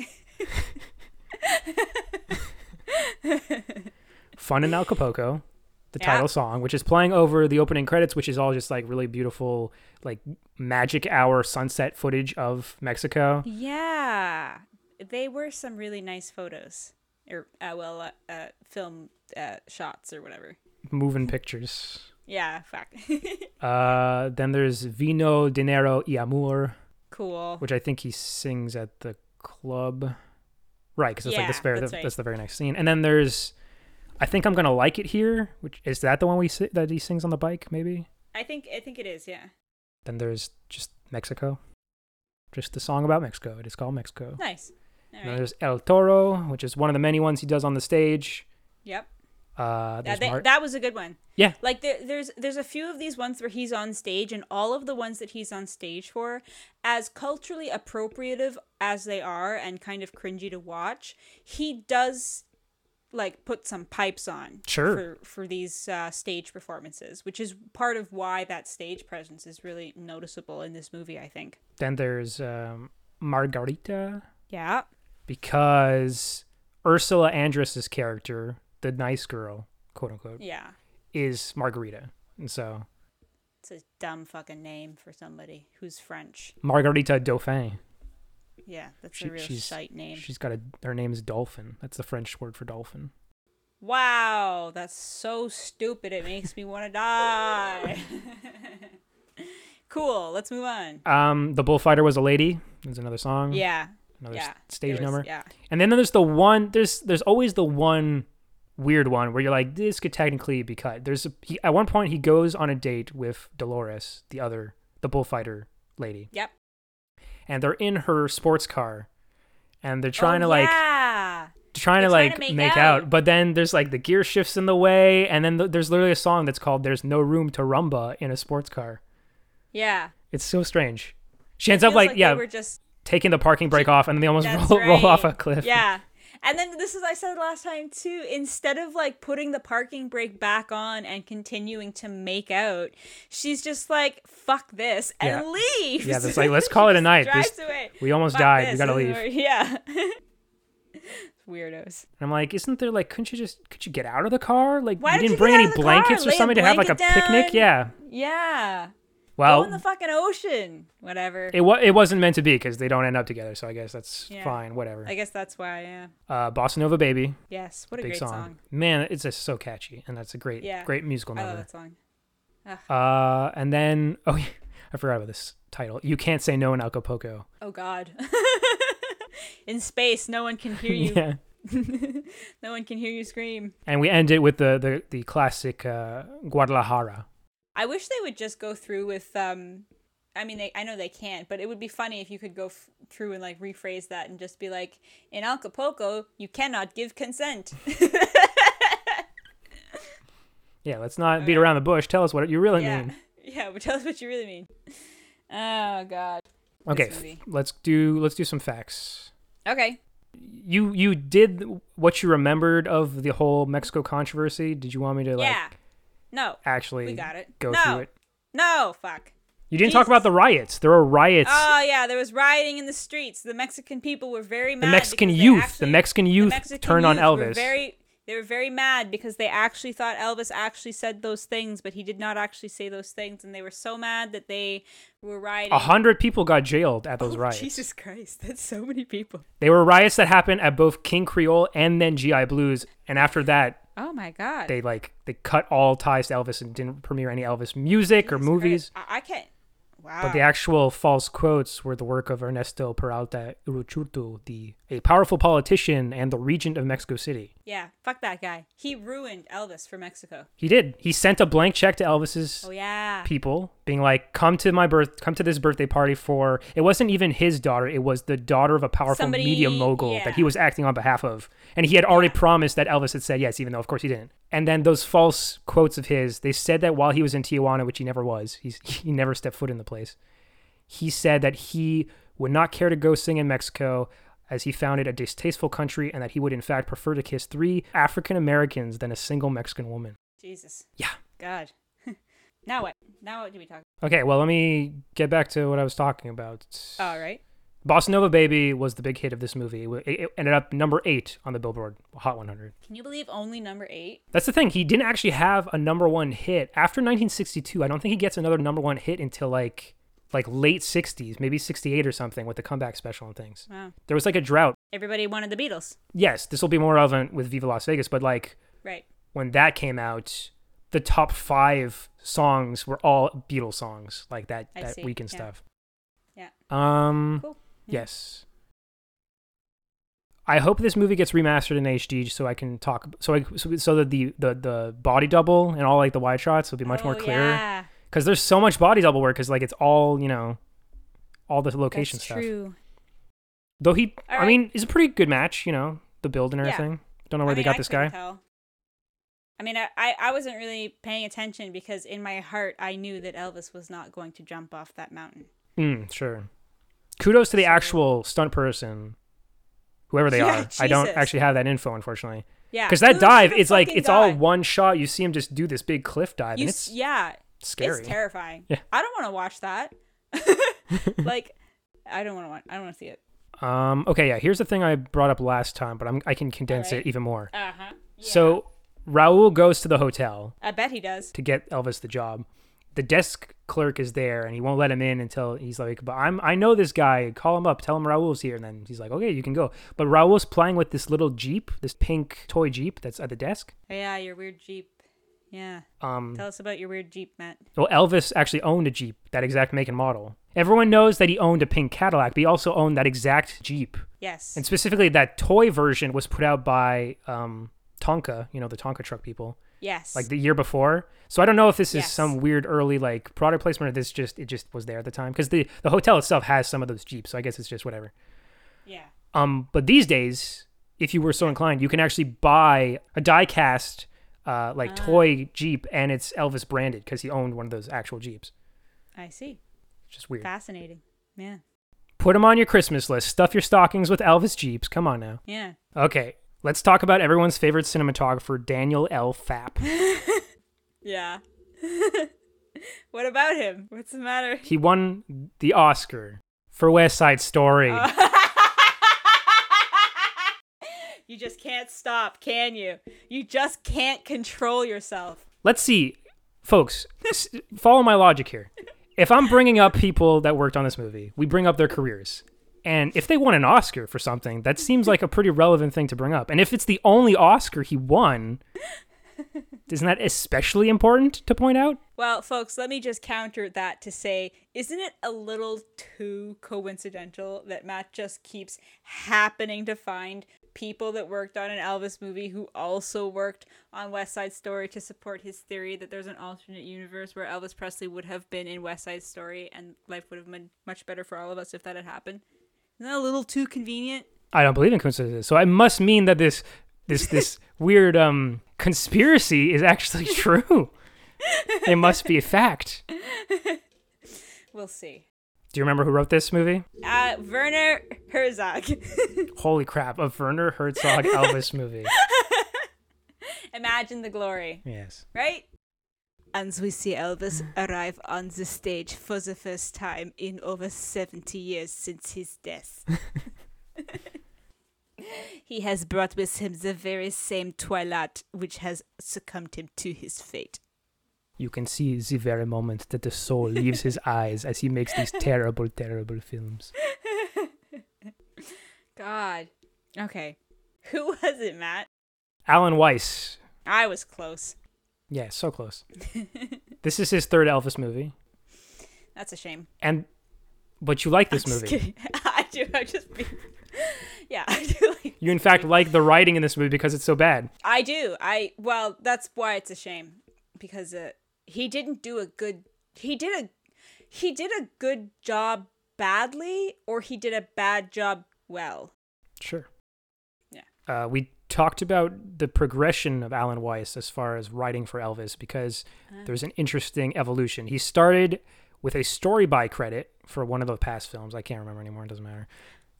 B: Fun in Acapulco, the
C: Yeah.
B: title song, which is playing over the opening credits, which is all just like really beautiful, like magic hour sunset footage of Mexico.
C: yeah, they were some really nice photos, or uh, well, uh, uh, film uh, shots or whatever.
B: Moving pictures.
C: Yeah, fuck.
B: Uh, then there's Vino, Dinero y Amor,
C: cool.
B: which I think he sings at the club. Right, because it's like
C: Yeah,
B: this very,
C: that's
B: that's,
C: right.
B: the very next scene. And then there's, I think I'm gonna like it here. Which is that the one we si- that he sings on the bike? Maybe.
C: I think I think it is. Yeah,
B: Then there's just Mexico, just the song about Mexico. It is called Mexico.
C: nice. All
B: And then
C: right.
B: there's El Toro, which is one of the many ones he does on the stage.
C: Yep.
B: Uh,
C: That,
B: there's
C: that-
B: Mar-
C: that was a good one.
B: yeah,
C: Like there, there's there's a few of these ones where he's on stage, and all of the ones that he's on stage for, as culturally appropriative as they are, and kind of cringy to watch, he does like put some pipes on
B: Sure.
C: for, for these uh, stage performances which is part of why that stage presence is really noticeable in this movie i think
B: then there's um, Margarita,
C: yeah
B: because Ursula Andress's character, the nice girl, quote unquote,
C: yeah
B: is Margarita. And so
C: it's a dumb fucking name for somebody who's french
B: Margarita Dauphin.
C: yeah that's
B: She-
C: a real
B: she's-
C: shite name
B: She's got a, her name is Dolphin. That's the French word for dolphin.
C: Wow, that's so stupid. It makes me want to die. cool, let's move on.
B: Um, the Bullfighter was a lady. There's another song.
C: Yeah.
B: Mm. Another
C: yeah.
B: s- stage
C: there was-
B: number.
C: Yeah.
B: And then there's the one. There's there's always the one weird one where you're like, this could technically be cut. There's a, he, at one point he goes on a date with Dolores, the other, the bullfighter lady,
C: Yep.
B: and they're in her sports car, and they're trying to like
C: Oh, Yeah.
B: trying to
C: They're trying
B: like
C: to
B: make,
C: make
B: out.
C: out.
B: but then there's like the gear shifts in the way, and then th- there's literally a song that's called "There's No Room to Rumba in a Sports Car."
C: Yeah.
B: It's so strange. She ends up
C: Feels
B: like,
C: they
B: yeah,
C: were just
B: taking the parking brake off, and then they almost
C: that's
B: roll, roll off a
C: right.
B: cliff.
C: Yeah. And then this is I said last time too, instead of like putting the parking brake back on and continuing to make out, she's just like, fuck this and
B: Yeah.
C: leaves.
B: Yeah, that's like, let's call it a
C: Just
B: night.
C: drives
B: This-
C: away.
B: we almost
C: Fuck
B: died. We
C: this,
B: gotta
C: this
B: leave.
C: is where- Yeah. Weirdos.
B: And I'm like, isn't there like, couldn't you just, could you get out of the car? Like,
C: Why
B: you
C: don't
B: didn't
C: you
B: bring
C: get
B: any
C: out of the car?
B: blankets or
C: Lay a
B: something to have like a
C: blanket
B: picnic?
C: down.
B: Yeah.
C: Yeah. Go in the
B: Well,
C: fucking ocean. Whatever.
B: it wa- it wasn't meant to be because they don't end up together. So I guess that's
C: Yeah.
B: fine. Whatever.
C: I guess that's why, yeah.
B: uh, Bossa Nova Baby,
C: Yes. What a
B: big
C: great
B: song.
C: song.
B: Man, it's just so catchy, and that's a great,
C: Yeah.
B: great musical
C: I love
B: number.
C: that song.
B: Uh, and then oh, yeah, I forgot about this title. You can't say no in Acapulco.
C: Oh god. in space, no one can hear you.
B: Yeah.
C: No one can hear you scream.
B: And we end it with the the, the classic uh, Guadalajara.
C: I wish they would just go through with um I mean, they, I know they can't, but it would be funny if you could go f- through and like rephrase that and just be like, in Acapulco, you cannot give consent.
B: Yeah, let's not beat around the bush. Tell us what you really
C: yeah.
B: mean.
C: Yeah, but tell us what you really mean. Oh, God.
B: Okay,
C: This movie.
B: f- let's do let's do some facts.
C: Okay.
B: You you did what you remembered of the whole Mexico controversy. Did you want me to like
C: yeah. No.
B: actually
C: We got it.
B: go
C: No.
B: through it?
C: No, fuck.
B: You didn't talk
C: Jesus.
B: about the riots. There were riots.
C: Oh yeah, there was rioting in the streets. The Mexican people were very mad.
B: Mexican
C: because they
B: youth- the
C: actually-
B: Mexican youth turned on
C: youth were
B: Elvis.
C: very, they were very mad because they actually thought Elvis actually said those things, but he did not actually say those things, and they were so mad that they were rioting.
B: A hundred people got jailed at those
C: Oh,
B: riots.
C: Jesus Christ, that's so many people.
B: They were riots that happened at both King Creole and then GI Blues, and after that,
C: Oh my God.
B: they like they cut all ties to Elvis and didn't premiere any Elvis music or
C: Jesus
B: movies.
C: Christ. I, I can't. Wow.
B: But the actual false quotes were the work of Ernesto Peralta Uruchurtu, the a powerful politician and the regent of Mexico City.
C: yeah, fuck that guy. He ruined Elvis for Mexico.
B: He did. He sent a blank check to Elvis's
C: Oh yeah.
B: people, being like, "Come to my birth, come to this birthday party for." It wasn't even his daughter; it was the daughter of a powerful
C: Somebody-
B: media mogul
C: yeah.
B: that he was acting on behalf of, and he had already promised that Elvis had said yes, even though of course he didn't. And then those false quotes of his, they said that while he was in Tijuana, which he never was, he's, he never stepped foot in the place. He said that he would not care to go sing in Mexico. As he found it a distasteful country, and that he would in fact prefer to kiss three African Americans than a single Mexican woman.
C: Jesus.
B: Yeah.
C: God. now what? Now what do we talk?
B: Okay, well, let me get back to what I was talking about.
C: All right.
B: Bossa Nova Baby was the big hit of this movie. It- It ended up number eight on the Billboard Hot 100.
C: Can you believe only number eight?
B: That's the thing. He didn't actually have a number one hit after 1962. I don't think he gets another number one hit until like like late 60s, maybe 68 or something, with the comeback special and things.
C: Wow.
B: There was like a drought.
C: Everybody wanted the Beatles.
B: Yes, this will be more relevant with Viva Las Vegas, but like
C: Right.
B: when that came out, the top five songs were all Beatles songs, like that
C: I
B: that
C: see,
B: weekend
C: yeah.
B: stuff.
C: Yeah.
B: Um.
C: Cool.
B: Yes. I hope this movie gets remastered in HD so I can talk so I so, so that the, the the body double and all like the wide shots will be much more
C: Oh,
B: clearer
C: Yeah.
B: cuz there's so much body double work cuz like it's all, you know, all the location
C: That's
B: stuff.
C: true.
B: Though he
C: All
B: I
C: right.
B: mean, it's a pretty good match, you know, the build and
C: Yeah.
B: everything. Don't know where
C: I
B: they
C: mean,
B: got
C: I
B: this
C: couldn't
B: guy.
C: tell. I mean, I, I, I wasn't really paying attention because in my heart I knew that Elvis was not going to jump off that mountain.
B: Mm, sure. Kudos to the actual stunt person. Whoever they
C: Yeah,
B: are. I don't
C: Jesus.
B: actually have that info unfortunately.
C: Yeah.
B: Cuz that
C: Who-
B: dive
C: who the
B: it's like
C: fucking
B: it's all
C: died?
B: one shot. You see him just do this big cliff dive
C: You
B: and
C: s-
B: it's
C: yeah.
B: scary.
C: It's terrifying.
B: Yeah.
C: I don't want to watch that. like, I don't want to watch. I don't want to see it.
B: Um, okay, yeah. Here's the thing I brought up last time, but I'm, I can condense
C: Alright.
B: it even more.
C: Uh huh.
B: So Raul goes to the hotel
C: I bet he does.
B: to get Elvis the job. The desk clerk is there, and he won't let him in until he's like, "But I'm I know this guy. Call him up. Tell him Raul's here." And then he's like, "Okay, you can go." But Raul's playing with this little jeep, this pink toy jeep that's at the desk.
C: Yeah, your weird Jeep. Yeah.
B: Um,
C: Tell us about your weird Jeep, Matt.
B: well, Elvis actually owned a jeep that exact make and model. Everyone knows that he owned a pink Cadillac, but he also owned that exact jeep.
C: Yes.
B: and specifically that toy version was put out by um, Tonka, you know, the Tonka truck people,
C: yes.
B: like the year before. So I don't know if this is
C: Yes.
B: some weird early like product placement or this just it just was there at the time because the the hotel itself has some of those jeeps, so I guess it's just whatever.
C: yeah.
B: Um, but these days, if you were so inclined, you can actually buy a die-cast uh, like toy jeep, and it's Elvis branded because he owned one of those actual jeeps.
C: I see.
B: It's just weird.
C: Fascinating. Yeah.
B: Put them on your Christmas list. Stuff your stockings with Elvis jeeps. Come on now.
C: Yeah.
B: Okay, let's talk about everyone's favorite cinematographer, Daniel L. Fapp.
C: Yeah. what about him? What's the matter?
B: He won the Oscar for West Side Story.
C: Uh. You just can't stop, can you? You just can't control yourself.
B: Let's see, folks, s- follow my logic here. If I'm bringing up people that worked on this movie, we bring up their careers. And if they won an Oscar for something, that seems like a pretty relevant thing to bring up. And if it's the only Oscar he won, Isn't that especially important to point out?
C: Well, folks, let me just counter that to say, isn't it a little too coincidental that Matt just keeps happening to find people that worked on an Elvis movie who also worked on West Side Story to support his theory that there's an alternate universe where Elvis Presley would have been in West Side Story and life would have been much better for all of us if that had happened? Isn't that a little too convenient?
B: I don't believe in coincidences, so I must mean that this this this weird um conspiracy is actually true. it must be a fact.
C: We'll see.
B: Do you remember who wrote this movie?
C: Uh, Werner Herzog.
B: Holy crap, a Werner Herzog Elvis movie.
C: Imagine the glory,
B: Yes.
C: right? And we see Elvis arrive on the stage for the first time in over 70 years since his death. he has brought with him the very same twilight which has succumbed him to his fate.
B: You can see the very moment that the soul leaves his eyes as he makes these terrible, terrible films.
C: God. Okay. Who was it, Matt?
B: Alan Weiss.
C: I was close.
B: Yeah, so close. this is his third Elvis movie.
C: That's a shame.
B: And but you like this
C: I'm just
B: movie.
C: kidding. I do. I just. yeah, I do like
B: You in fact like the writing in this movie because it's so bad.
C: I do. I well, that's why it's a shame because uh, he didn't do a good. He did a he did a good job badly, or he did a bad job well.
B: Sure.
C: Yeah.
B: Uh, we talked about the progression of Alan Weiss as far as writing for Elvis because
C: Uh-huh.
B: there's an interesting evolution. He started with a story by credit for one of the past films. I can't remember anymore. It doesn't matter.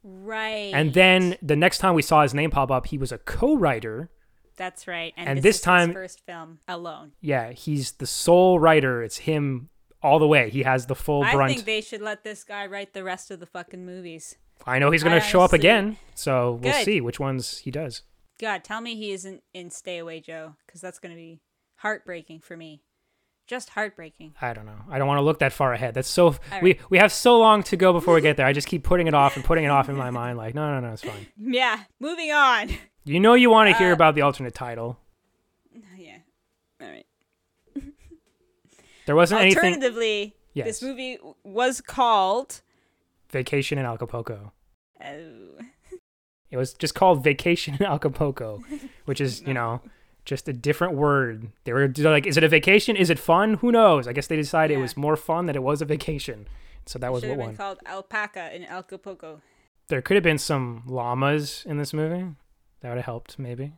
C: Right.
B: And then the next time we saw his name pop up, he was a co writer.
C: that's right.
B: and this
C: is his
B: time-
C: first film alone.
B: Yeah, he's the sole writer. It's him all the way. He has the full
C: I
B: brunt.
C: think they should let this guy write the rest of the fucking movies.
B: I know he's
C: I
B: going to show up
C: honestly-
B: again. So we'll
C: Good.
B: see which ones he does.
C: God, tell me he isn't in Stay Away Joe, because that's gonna be heartbreaking for me. Just heartbreaking.
B: I don't know. I don't want to look that far ahead. That's so
C: right.
B: we we have so long to go before we get there. I just keep putting it off and putting it off in my mind like, no, no, no, it's fine.
C: Yeah. Moving on.
B: You know you want to
C: Uh,
B: hear about the alternate title.
C: yeah. All right.
B: There wasn't anything
C: Alternatively,
B: Yes.
C: this movie w- was called.
B: Vacation in Acapulco.
C: Oh,
B: It was just called Vacation in Acapulco, which is, you know, just a different word. They were they're like, is it a vacation? Is it fun? Who knows? I guess they decided it
C: Yeah.
B: was more fun than it was a vacation. So that was
C: should
B: what
C: have been
B: won.
C: called Alpaca in Acapulco.
B: there could have been some llamas in this movie. That would have helped, maybe.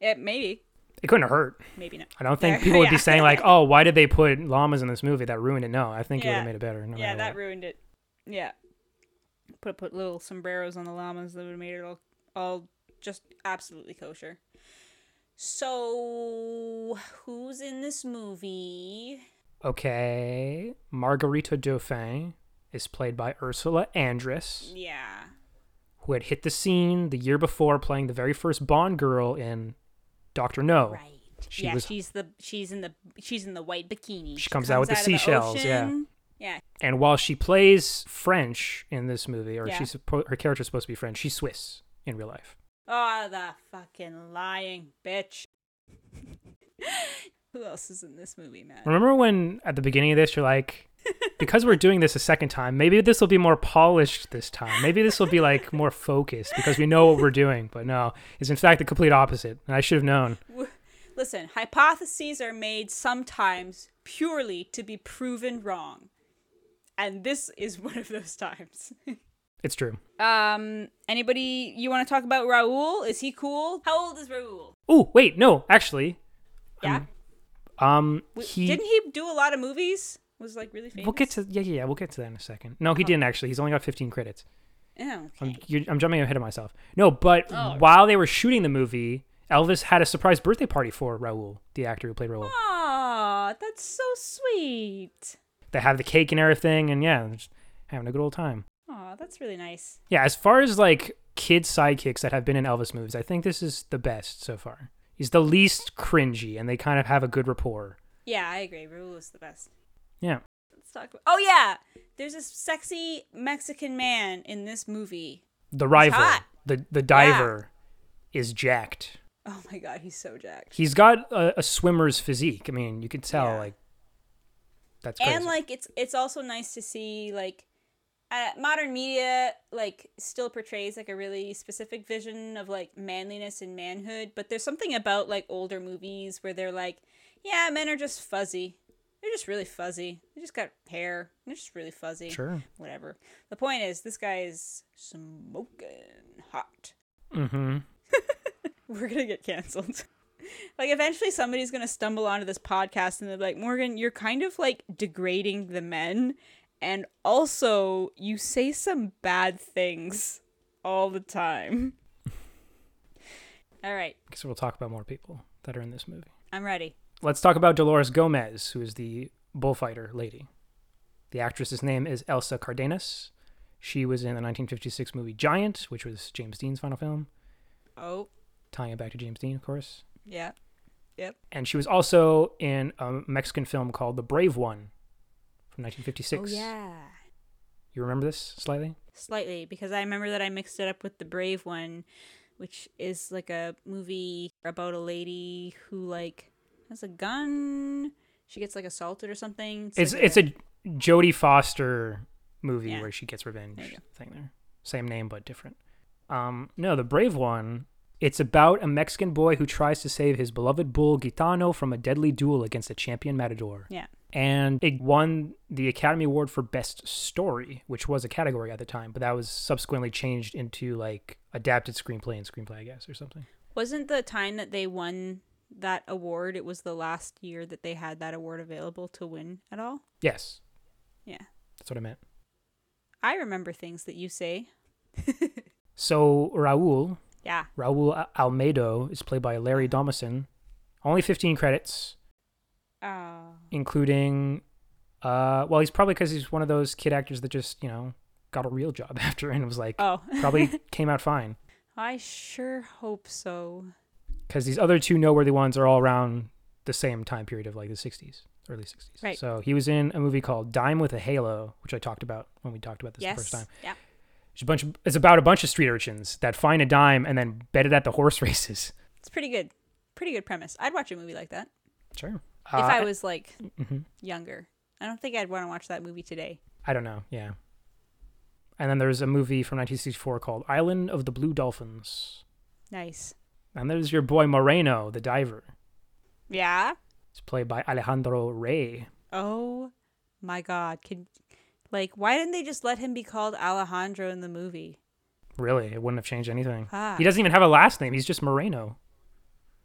C: Yeah, maybe,
B: It couldn't hurt.
C: maybe not.
B: I don't think
C: There-
B: people would be
C: yeah.
B: saying like, "Oh, why did they put llamas in this movie? That ruined it." No, I think it would
C: Yeah.
B: have made it better. No
C: yeah,
B: matter
C: that
B: what.
C: ruined it. Yeah, put put little sombreros on the llamas that would have made it all all just absolutely kosher. So, who's in this movie?
B: okay. Margarita Dauphin is played by Ursula Andress,
C: Yeah,
B: who had hit the scene the year before playing the very first Bond girl in Doctor No.
C: right.
B: Oh, She
C: yeah,
B: was-
C: she's the she's in the she's in the white bikini.
B: She comes out with the
C: of
B: seashells, yeah.
C: ocean. Yeah,
B: And while she plays French in this movie, or
C: Yeah.
B: she's suppo- her character's supposed to be French, she's Swiss in real life.
C: Oh, the fucking lying bitch. Who else is in this movie, Matt?
B: Remember when at the beginning of this you're like, because we're doing this a second time, maybe this will be more polished this time. Maybe this will be like more focused because we know what we're doing. But no, it's in fact the complete opposite. And I should have known.
C: Listen, hypotheses are made sometimes purely to be proven wrong. And this is one of those times.
B: It's true.
C: um, anybody you want to talk about Raul? Is he cool? How old is Raul?
B: Oh wait, no, actually,
C: Yeah.
B: um,
C: We-
B: he.
C: Didn't he do a lot of movies? Was like really famous.
B: We'll get to yeah, yeah, yeah. We'll get to that in a second. No, he didn't actually. He's only got 15 credits.
C: Oh,
B: I'm,
C: okay.
B: you're, I'm jumping ahead of myself. No, but
C: Oh,
B: while they were shooting the movie, Elvis had a surprise birthday party for Raul, the actor who played Raul.
C: Aw, that's so sweet.
B: They have the cake and everything, and yeah, just having a good old time.
C: Aw, that's really nice.
B: Yeah, as far as like kid sidekicks that have been in Elvis movies, I think this is the best so far. He's the least cringy, and they kind of have a good rapport.
C: Yeah, I agree. Raul is the best.
B: Yeah,
C: Let's talk about. Oh yeah, there's this sexy Mexican man in this movie.
B: the rival,
C: hot.
B: the the diver, is jacked.
C: Oh my god, he's so jacked.
B: He's got a, a swimmer's physique. I mean, you can tell
C: Yeah.
B: like that's crazy.
C: And like it's it's also nice to see like uh, modern media like still portrays like a really specific vision of like manliness and manhood, but there's something about like older movies where they're like, yeah, men are just fuzzy. They're just really fuzzy. They just got hair. They're just really fuzzy.
B: sure.
C: Whatever. The point is, this guy is smoking hot.
B: Mm-hmm.
C: we're gonna get canceled. like eventually somebody's gonna stumble onto this podcast and they're like, Morgan, you're kind of like degrading the men and also you say some bad things all the time. all right,
B: Because we'll talk about more people that are in this movie.
C: I'm ready.
B: Let's talk about Dolores Gomez, who is the bullfighter lady. The actress's name is Elsa Cardenas. She was in the 1956 movie Giant, which was James Dean's final film,
C: Oh,
B: tying it back to James Dean, of course.
C: yeah.
B: And she was also in a Mexican film called The Brave One from 1956.
C: Oh,
B: You remember this slightly?
C: Slightly, because I remember that I mixed it up with the Brave one, which is like a movie about a lady who like has a gun. She gets like assaulted or something.
B: It's
C: like
B: it's a Jodie Foster movie
C: Yeah.
B: where she gets revenge
C: There you go.
B: thing there. Same name but different. Um, no, the brave one. It's about a Mexican boy who tries to save his beloved bull Gitano from a deadly duel against a champion matador.
C: yeah.
B: And it won the Academy Award for Best Story, which was a category at the time, but that was subsequently changed into like adapted screenplay and screenplay, I guess, or something.
C: Wasn't the time that they won that award, it was the last year that they had that award available to win at all?
B: Yes,
C: Yeah.
B: that's what I meant.
C: I remember things that you say.
B: So Raul,
C: Yeah.
B: Raul Al- Almedo is played by Larry Domison. Only 15 credits,
C: Oh.
B: including, uh, well, he's probably because he's one of those kid actors that just, you know, got a real job after and was like,
C: Oh.
B: probably came out fine.
C: I sure hope so.
B: Because these other two noteworthy ones are all around the same time period of like the 60s, early 60s.
C: Right.
B: So he was in a movie called Dime with a Halo, which I talked about when we talked about this
C: yes.
B: the first time.
C: Yeah.
B: It's, a bunch of, it's about a bunch of street urchins that find a dime and then bet it at the horse races.
C: It's pretty good. Pretty good premise. I'd watch a movie like that
B: Sure.
C: if I was like
B: hmm
C: younger. I don't think I'd want to watch that movie today.
B: I don't know. Yeah. And then there's a movie from 1964 called Island of the Blue Dolphins.
C: Nice.
B: And there's your boy Moreno, the diver.
C: Yeah.
B: It's played by Alejandro Rey.
C: Oh my god. Could like why didn't they just let him be called Alejandro in the movie?
B: Really, it wouldn't have changed anything.
C: Ah.
B: He doesn't even have a last name. He's just Moreno.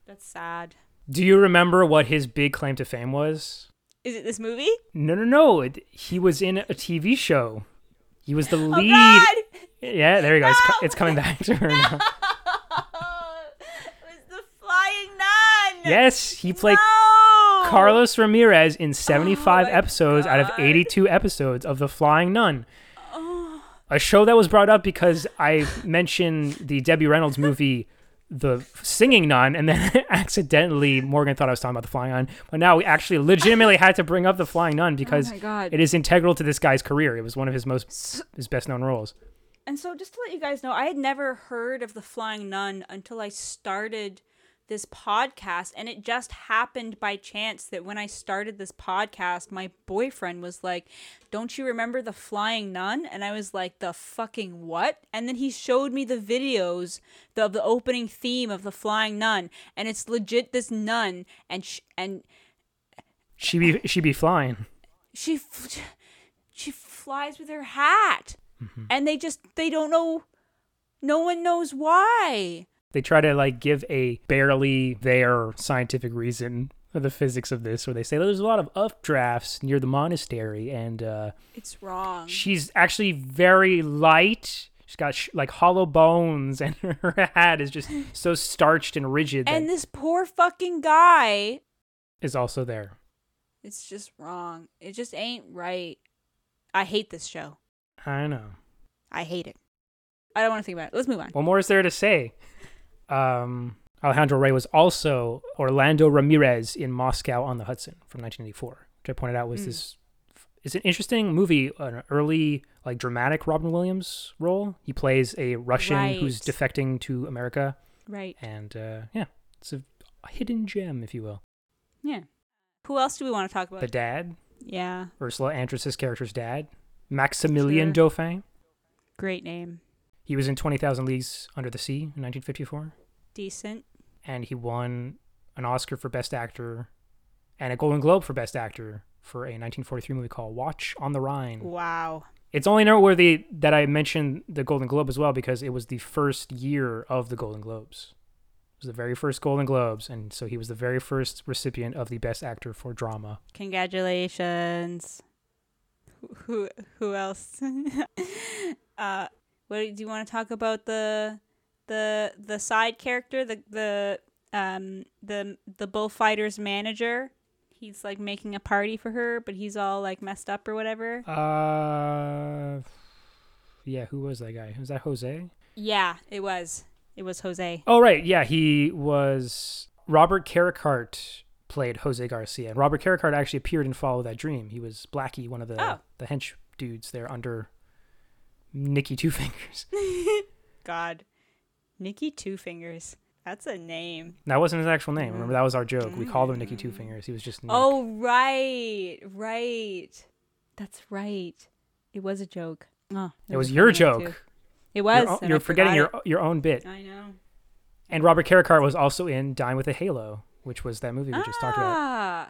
C: That's sad.
B: Do you remember what his big claim to fame was?
C: Is it this movie?
B: No, no, no. It, he was in a TV show. He was the lead.
C: Oh, God!
B: Yeah, there you go. It's, co-
C: No!
B: it's coming back to her now.
C: it was the flying nun.
B: Yes, he played
C: no!
B: Carlos Ramirez in 75
C: Oh. my
B: episodes out of
C: God.
B: 82 episodes of The Flying Nun.
C: Oh.
B: A show that was brought up because I mentioned the Debbie Reynolds movie The Singing Nun and then accidentally Morgan thought I was talking about The Flying Nun, but now we actually legitimately had to bring up The Flying Nun because
C: Oh my God.
B: it is integral to this guy's career. It was one of his most his best-known roles.
C: And so, just to let you guys know, I had never heard of the flying nun until I started this podcast, and it just happened by chance that when I started this podcast, my boyfriend was like, "Don't you remember the flying nun?" And I was like, "The fucking what?" And then he showed me the videos the, of the opening theme of the flying nun, and it's legit this nun, and sh- and
B: She be she be flying.
C: she f- she flies with her hat and they just they don't know no one knows why
B: They try to like give a barely there scientific reason for the physics of this, where they say there's a lot of updrafts near the monastery, and uh,
C: it's wrong
B: she's actually very light. She's got sh- like hollow bones, and her hat is just so starched and rigid.
C: and
B: that
C: this poor fucking guy
B: is also there.
C: it's just wrong it just ain't right i hate this show
B: I know.
C: i hate it i don't want to think about it let's move on
B: What more is there to say? Um, Alejandro Rey was also Orlando Ramirez in Moscow on the Hudson from 1984, which I pointed out was this. It's an interesting movie, an early like dramatic Robin Williams role. He plays a Russian who's
C: Right.
B: defecting to America,
C: right
B: and uh, yeah, It's a hidden gem, if you will.
C: Yeah. Who else do we want to talk about?
B: The dad,
C: yeah.
B: Ursula Andress's character's dad, Maximilian Dauphin.
C: Great name.
B: He was in 20,000 Leagues Under the Sea in 1954,
C: Decent.
B: and he won an Oscar for Best Actor and a Golden Globe for Best Actor for a 1943 movie called Watch on the Rhine.
C: Wow.
B: It's only noteworthy that I mentioned the Golden Globe as well because it was the first year of the Golden Globes. It was the very first Golden Globes, and so he was the very first recipient of the Best Actor for Drama.
C: Congratulations. Who who else? uh, what do you want to talk about the the the side character, the the um the the bullfighter's manager? He's like making a party for her, but he's all like messed up or whatever.
B: Uh, yeah, who was that guy? Was that Jose?
C: Yeah, it was. It was Jose.
B: Oh right, yeah, he was Robert Carricart played Jose Garcia, and Robert Carricart actually appeared in Follow That Dream. He was Blackie, one of the
C: Oh.
B: the hench dudes there under Nicky Two Fingers.
C: God. Nikki Two Fingers. That's a name.
B: that wasn't his actual name. Remember, that was our joke. We called him Nicky Two Fingers. He was just Nick.
C: Mm. Oh, right. Right. That's right. It was a joke. Oh,
B: it was your joke.
C: It
B: You're
C: was.
B: o-
C: and
B: you're
C: I
B: forgetting your
C: forgot
B: your own bit.
C: it. I know.
B: And Robert Carricart was also in Dine with a Halo, which was that movie we just talked about.
C: Ah.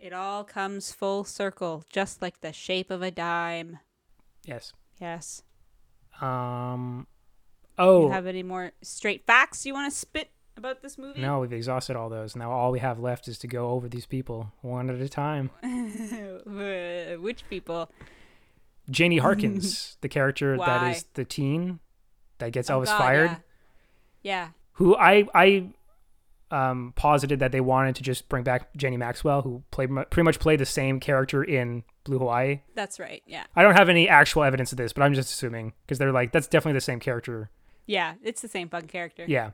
C: It all comes full circle, just like the shape of a dime.
B: Yes.
C: Yes.
B: Um.
C: Do
B: Oh
C: you have any more straight facts you want to spit about this movie?
B: no, we've exhausted all those. Now all we have left is to go over these people one at a time.
C: Which people?
B: Janie Harkins, the character
C: Why?
B: that is the teen that gets
C: Oh,
B: Elvis
C: God,
B: fired,
C: Yeah.
B: who I I um, posited that they wanted to just bring back Jenny Maxwell, who played mu- pretty much played the same character in Blue Hawaii.
C: yeah. That's right. Yeah.
B: I don't have any actual evidence of this, but I'm just assuming because they're like that's definitely the same character.
C: Yeah. It's the same fucking character.
B: Yeah,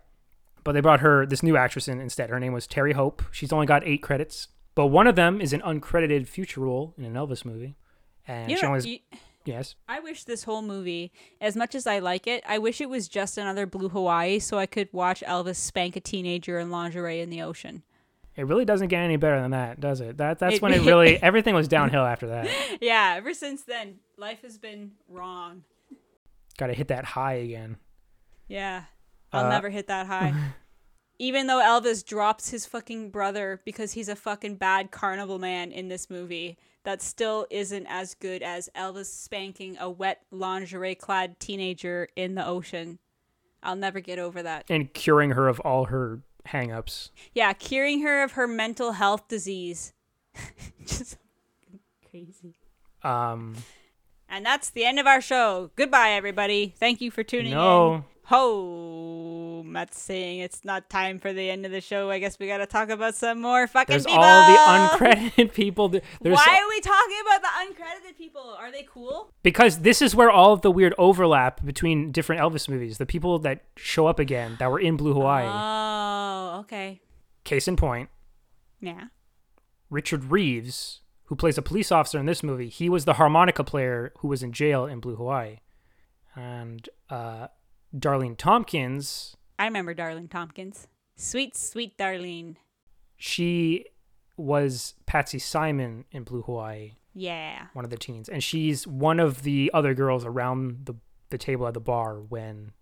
B: but they brought her this new actress in instead. Her name was Terry Hope. She's only got eight credits, but one of them is an uncredited future role in an Elvis movie, and
C: You
B: she
C: know,
B: only has-
C: you-
B: yes.
C: I wish this whole movie, as much as I like it, I wish it was just another Blue Hawaii so I could watch Elvis spank a teenager in lingerie in the ocean.
B: It really doesn't get any better than that, does it? That that's
C: It-
B: when it really everything was downhill after that.
C: Yeah, ever since then, life has been wrong.
B: Got to hit that high again.
C: Yeah, I'll
B: Uh,
C: never hit that high. Even though Elvis drops his fucking brother because he's a fucking bad carnival man in this movie, that still isn't as good as Elvis spanking a wet lingerie clad teenager in the ocean. I'll never get over that.
B: And curing her of all her hang-ups.
C: Yeah, curing her of her mental health disease. Just crazy.
B: Um
C: And that's the end of our show. Goodbye, everybody. Thank you for tuning in.
B: no.
C: Ho, Matt's saying it's not time for the end of the show. I guess we got to talk about some more fucking
B: There's
C: people.
B: all the uncredited people. Th- There's
C: Why are we talking about the uncredited people? Are they cool?
B: because this is where all of the weird overlap between different Elvis movies, the people that show up again that were in Blue Hawaii.
C: Oh, okay.
B: Case in point,
C: Yeah.
B: Richard Reeves, who plays a police officer in this movie, he was the harmonica player who was in jail in Blue Hawaii. And uh, Darlene Tompkins,
C: I remember Darlene Tompkins. Sweet, sweet Darlene.
B: she was Patsy Simon in Blue Hawaii,
C: Yeah.
B: one of the teens. And she's one of the other girls around the, the table at the bar when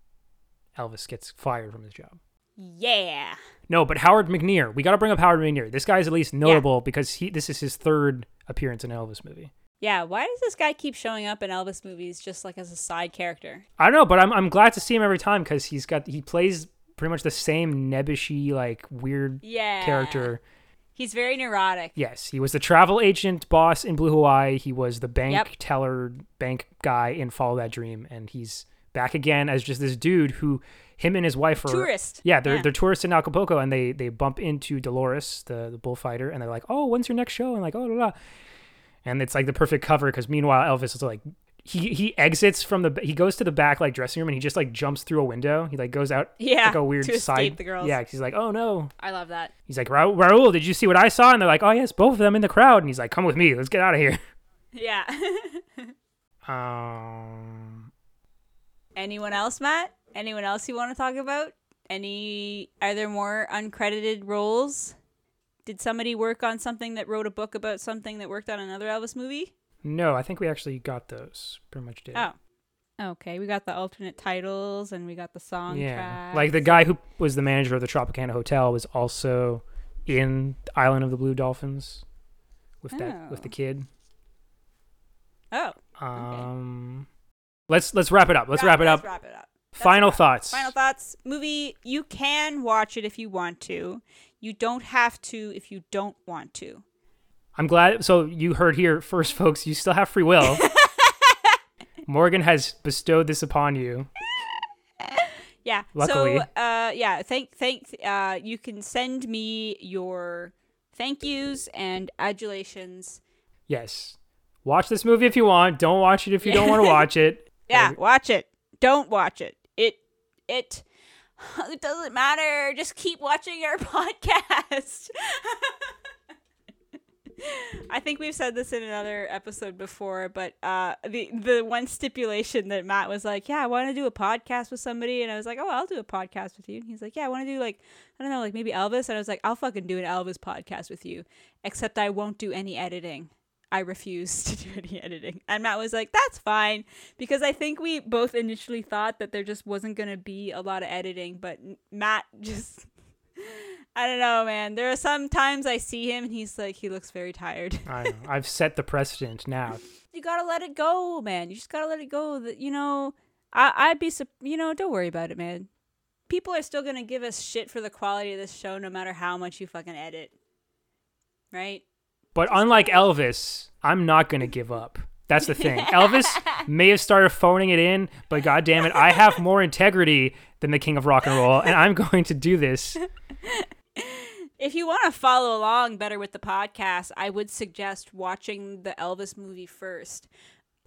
B: Elvis gets fired from his job.
C: Yeah.
B: No, but Howard McNear. We got to bring up Howard McNear. This guy's at least notable because he this is his third appearance in an Elvis movie.
C: Yeah, why does this guy keep showing up in Elvis movies just like as a side character?
B: I don't know, but I'm I'm glad to see him every time because he's got he plays pretty much the same nebbishy like weird
C: Yeah.
B: character.
C: He's very neurotic.
B: Yes, he was the travel agent boss in Blue Hawaii. He was the bank
C: Yep.
B: teller, bank guy in Follow That Dream, and he's back again as just this dude who him and his wife are
C: tourist.
B: Yeah, they're
C: Yeah.
B: they're tourists in Acapulco, and they they bump into Dolores, the, the bullfighter, and they're like, "Oh, when's your next show?" And like, "Oh, blah, blah." and it's like the perfect cover because meanwhile Elvis is like. He, he exits from the he goes to the back like dressing room and he just like jumps through a window he like goes out
C: Yeah,
B: like a weird
C: to escape
B: side
C: the girls.
B: yeah 'cause he's like oh no
C: I love that.
B: He's like, Ra- Raul, did you see what I saw? And they're like, oh, yes, both of them in the crowd. And he's like, come with me. Let's get out of here.
C: Yeah.
B: Um,
C: Anyone else, Matt? Anyone else you want to talk about? Any are there more uncredited roles? Did somebody work on something that wrote a book about something that worked on another Elvis movie?
B: No, I think we actually got those. Pretty much did.
C: Oh. Okay, we got the alternate titles and we got the song
B: yeah.
C: track.
B: Like the guy who was the manager of the Tropicana Hotel was also in Island of the Blue Dolphins with that with the
C: Oh.
B: kid.
C: Oh.
B: Um Let's let's wrap it up. Let's
C: Wrap-
B: wrap, it up.
C: Let's wrap it up. That's
B: Final
C: a wrap.
B: thoughts.
C: Final thoughts. Movie, you can watch it if you want to. You don't have to if you don't want to.
B: I'm glad. So you heard here first, folks. You still have free will. Morgan has bestowed this upon you.
C: Yeah.
B: Luckily.
C: So, uh, yeah. Thank, thank. Uh, you can send me your thank yous and adulations.
B: Yes. Watch this movie if you want. Don't watch it if you don't want to watch it.
C: Yeah. Watch it. Don't watch it. It, it. It doesn't matter. Just keep watching our podcast. I think we've said this in another episode before, but uh, the the one stipulation that Matt was like, "Yeah, I want to do a podcast with somebody," and I was like, "Oh, I'll do a podcast with you." And he's like, "Yeah, I want to do like I don't know, like maybe Elvis," and I was like, "I'll fucking do an Elvis podcast with you, except I won't do any editing." I refuse to do any editing. And Matt was like, that's fine. Because I think we both initially thought that there just wasn't going to be a lot of editing, but Matt just I don't know, man. There are some times I see him and he's like, he looks very tired.
B: I know. I've set the precedent now.
C: You gotta let it go, man. You just gotta let it go. That you know, I I'd be sup- you know, don't worry about it, man. People are still gonna give us shit for the quality of this show, no matter how much you fucking edit, right?
B: But unlike Elvis, I'm not going to give up. That's the thing. Elvis may have started phoning it in, but God damn it, I have more integrity than the king of rock and roll, and I'm going to do this.
C: If you want to follow along better with the podcast, I would suggest watching the Elvis movie first.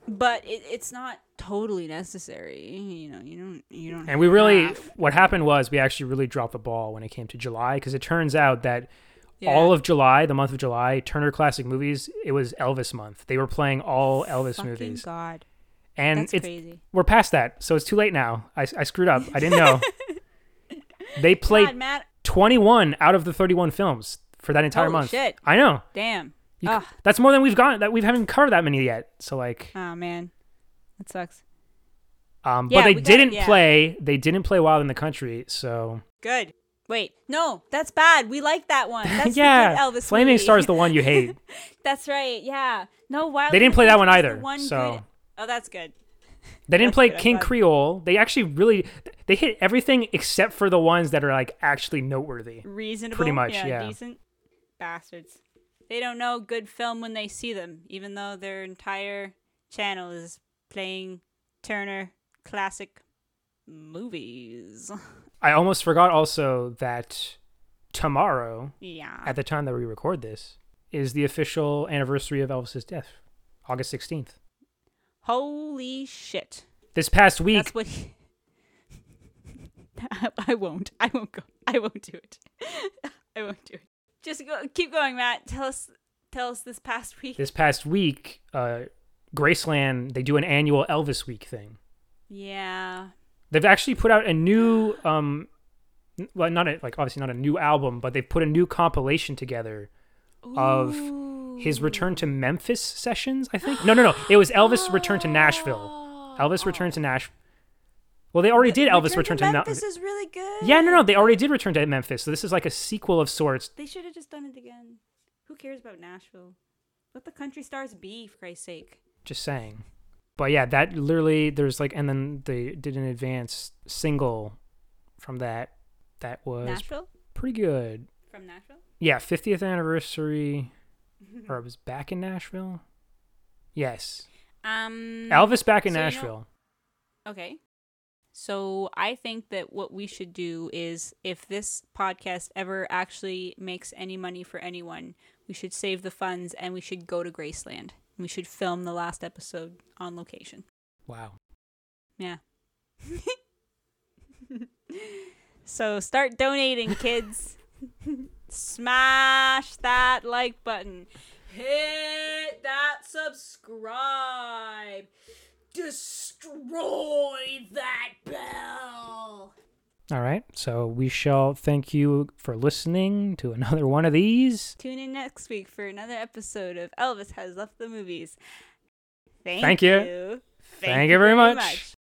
C: But it, it's not totally necessary, you know. You don't. You don't.
B: And we really,
C: have-
B: what happened was we actually really dropped the ball when it came to July because it turns out that
C: Yeah.
B: all of July, the month of July, Turner Classic Movies, it was Elvis month. They were playing all Elvis
C: Fucking
B: movies.
C: God,
B: and
C: that's
B: it's,
C: crazy.
B: we're past that. So it's too late now. I, I screwed up. I didn't know. they played
C: God, Matt.
B: 21 out of the 31 films for that entire
C: Holy
B: month.
C: shit.
B: I know.
C: Damn.
B: You c-
C: Ugh.
B: that's more than we've gotten. That we haven't covered that many yet. So like,
C: Oh man, that sucks.
B: um,
C: yeah,
B: but they
C: we got-
B: didn't
C: yeah.
B: play. They didn't play Wild in the Country. So
C: Good. Wait, no, that's bad. We like that one. That's
B: yeah,
C: the good Elvis.
B: Flaming
C: movie.
B: Star is the one you hate.
C: That's right. Yeah. No, Wild.
B: They
C: in
B: didn't
C: the
B: play that
C: Woods
B: one
C: was the
B: either,
C: one
B: so-
C: good- Oh, that's good.
B: They didn't
C: That's
B: play
C: good, I'm
B: King
C: glad.
B: Creole. They actually really they hit everything except for the ones that are like actually noteworthy.
C: reasonable,
B: Pretty much,
C: yeah,
B: yeah.
C: decent bastards. They don't know good film when they see them, even though their entire channel is playing Turner classic movies.
B: I almost forgot also that tomorrow,
C: yeah,
B: at the time that we record this, is the official anniversary of Elvis's death, August sixteenth.
C: holy shit!
B: This past week,
C: That's what. He... I, I won't. I won't go. I won't do it. I won't do it. Just go. Keep going, Matt. Tell us. Tell us this past week.
B: this past week, uh, Graceland they do an annual Elvis Week thing.
C: Yeah.
B: They've actually put out a new, um, n- well, not a, like obviously not a new album, but they've put a new compilation together of his return to Memphis sessions. I think no, no, no. It was Elvis return to Nashville. Elvis return to Nash. Well, they already did Elvis return to,
C: Memphis
B: Mem-
C: is really good.
B: yeah, no, no. They already did return to Memphis. So this is like a sequel of sorts.
C: They should have just done it again. Who cares about Nashville? Let the country stars be, for Christ's sake.
B: Just saying. But yeah, that literally there's like, and then they did an advanced single from that. That was
C: Nashville?
B: pretty good.
C: From Nashville?
B: Yeah, 50th anniversary,
C: Mm-hmm.
B: or it was back in Nashville. Yes,
C: Um
B: Elvis back in
C: so you know-
B: Nashville.
C: Okay. So I think that what we should do is if this podcast ever actually makes any money for anyone, we should save the funds and we should go to Graceland. We should film the last episode on location.
B: Wow.
C: Yeah. so start donating, kids. Smash that like button. Hit that subscribe. Destroy that bell.
B: All right. So we shall thank you for listening to another one of these.
C: Tune in next week for another episode of Elvis Has Left the Movies.
B: Thank you. Thank you very much.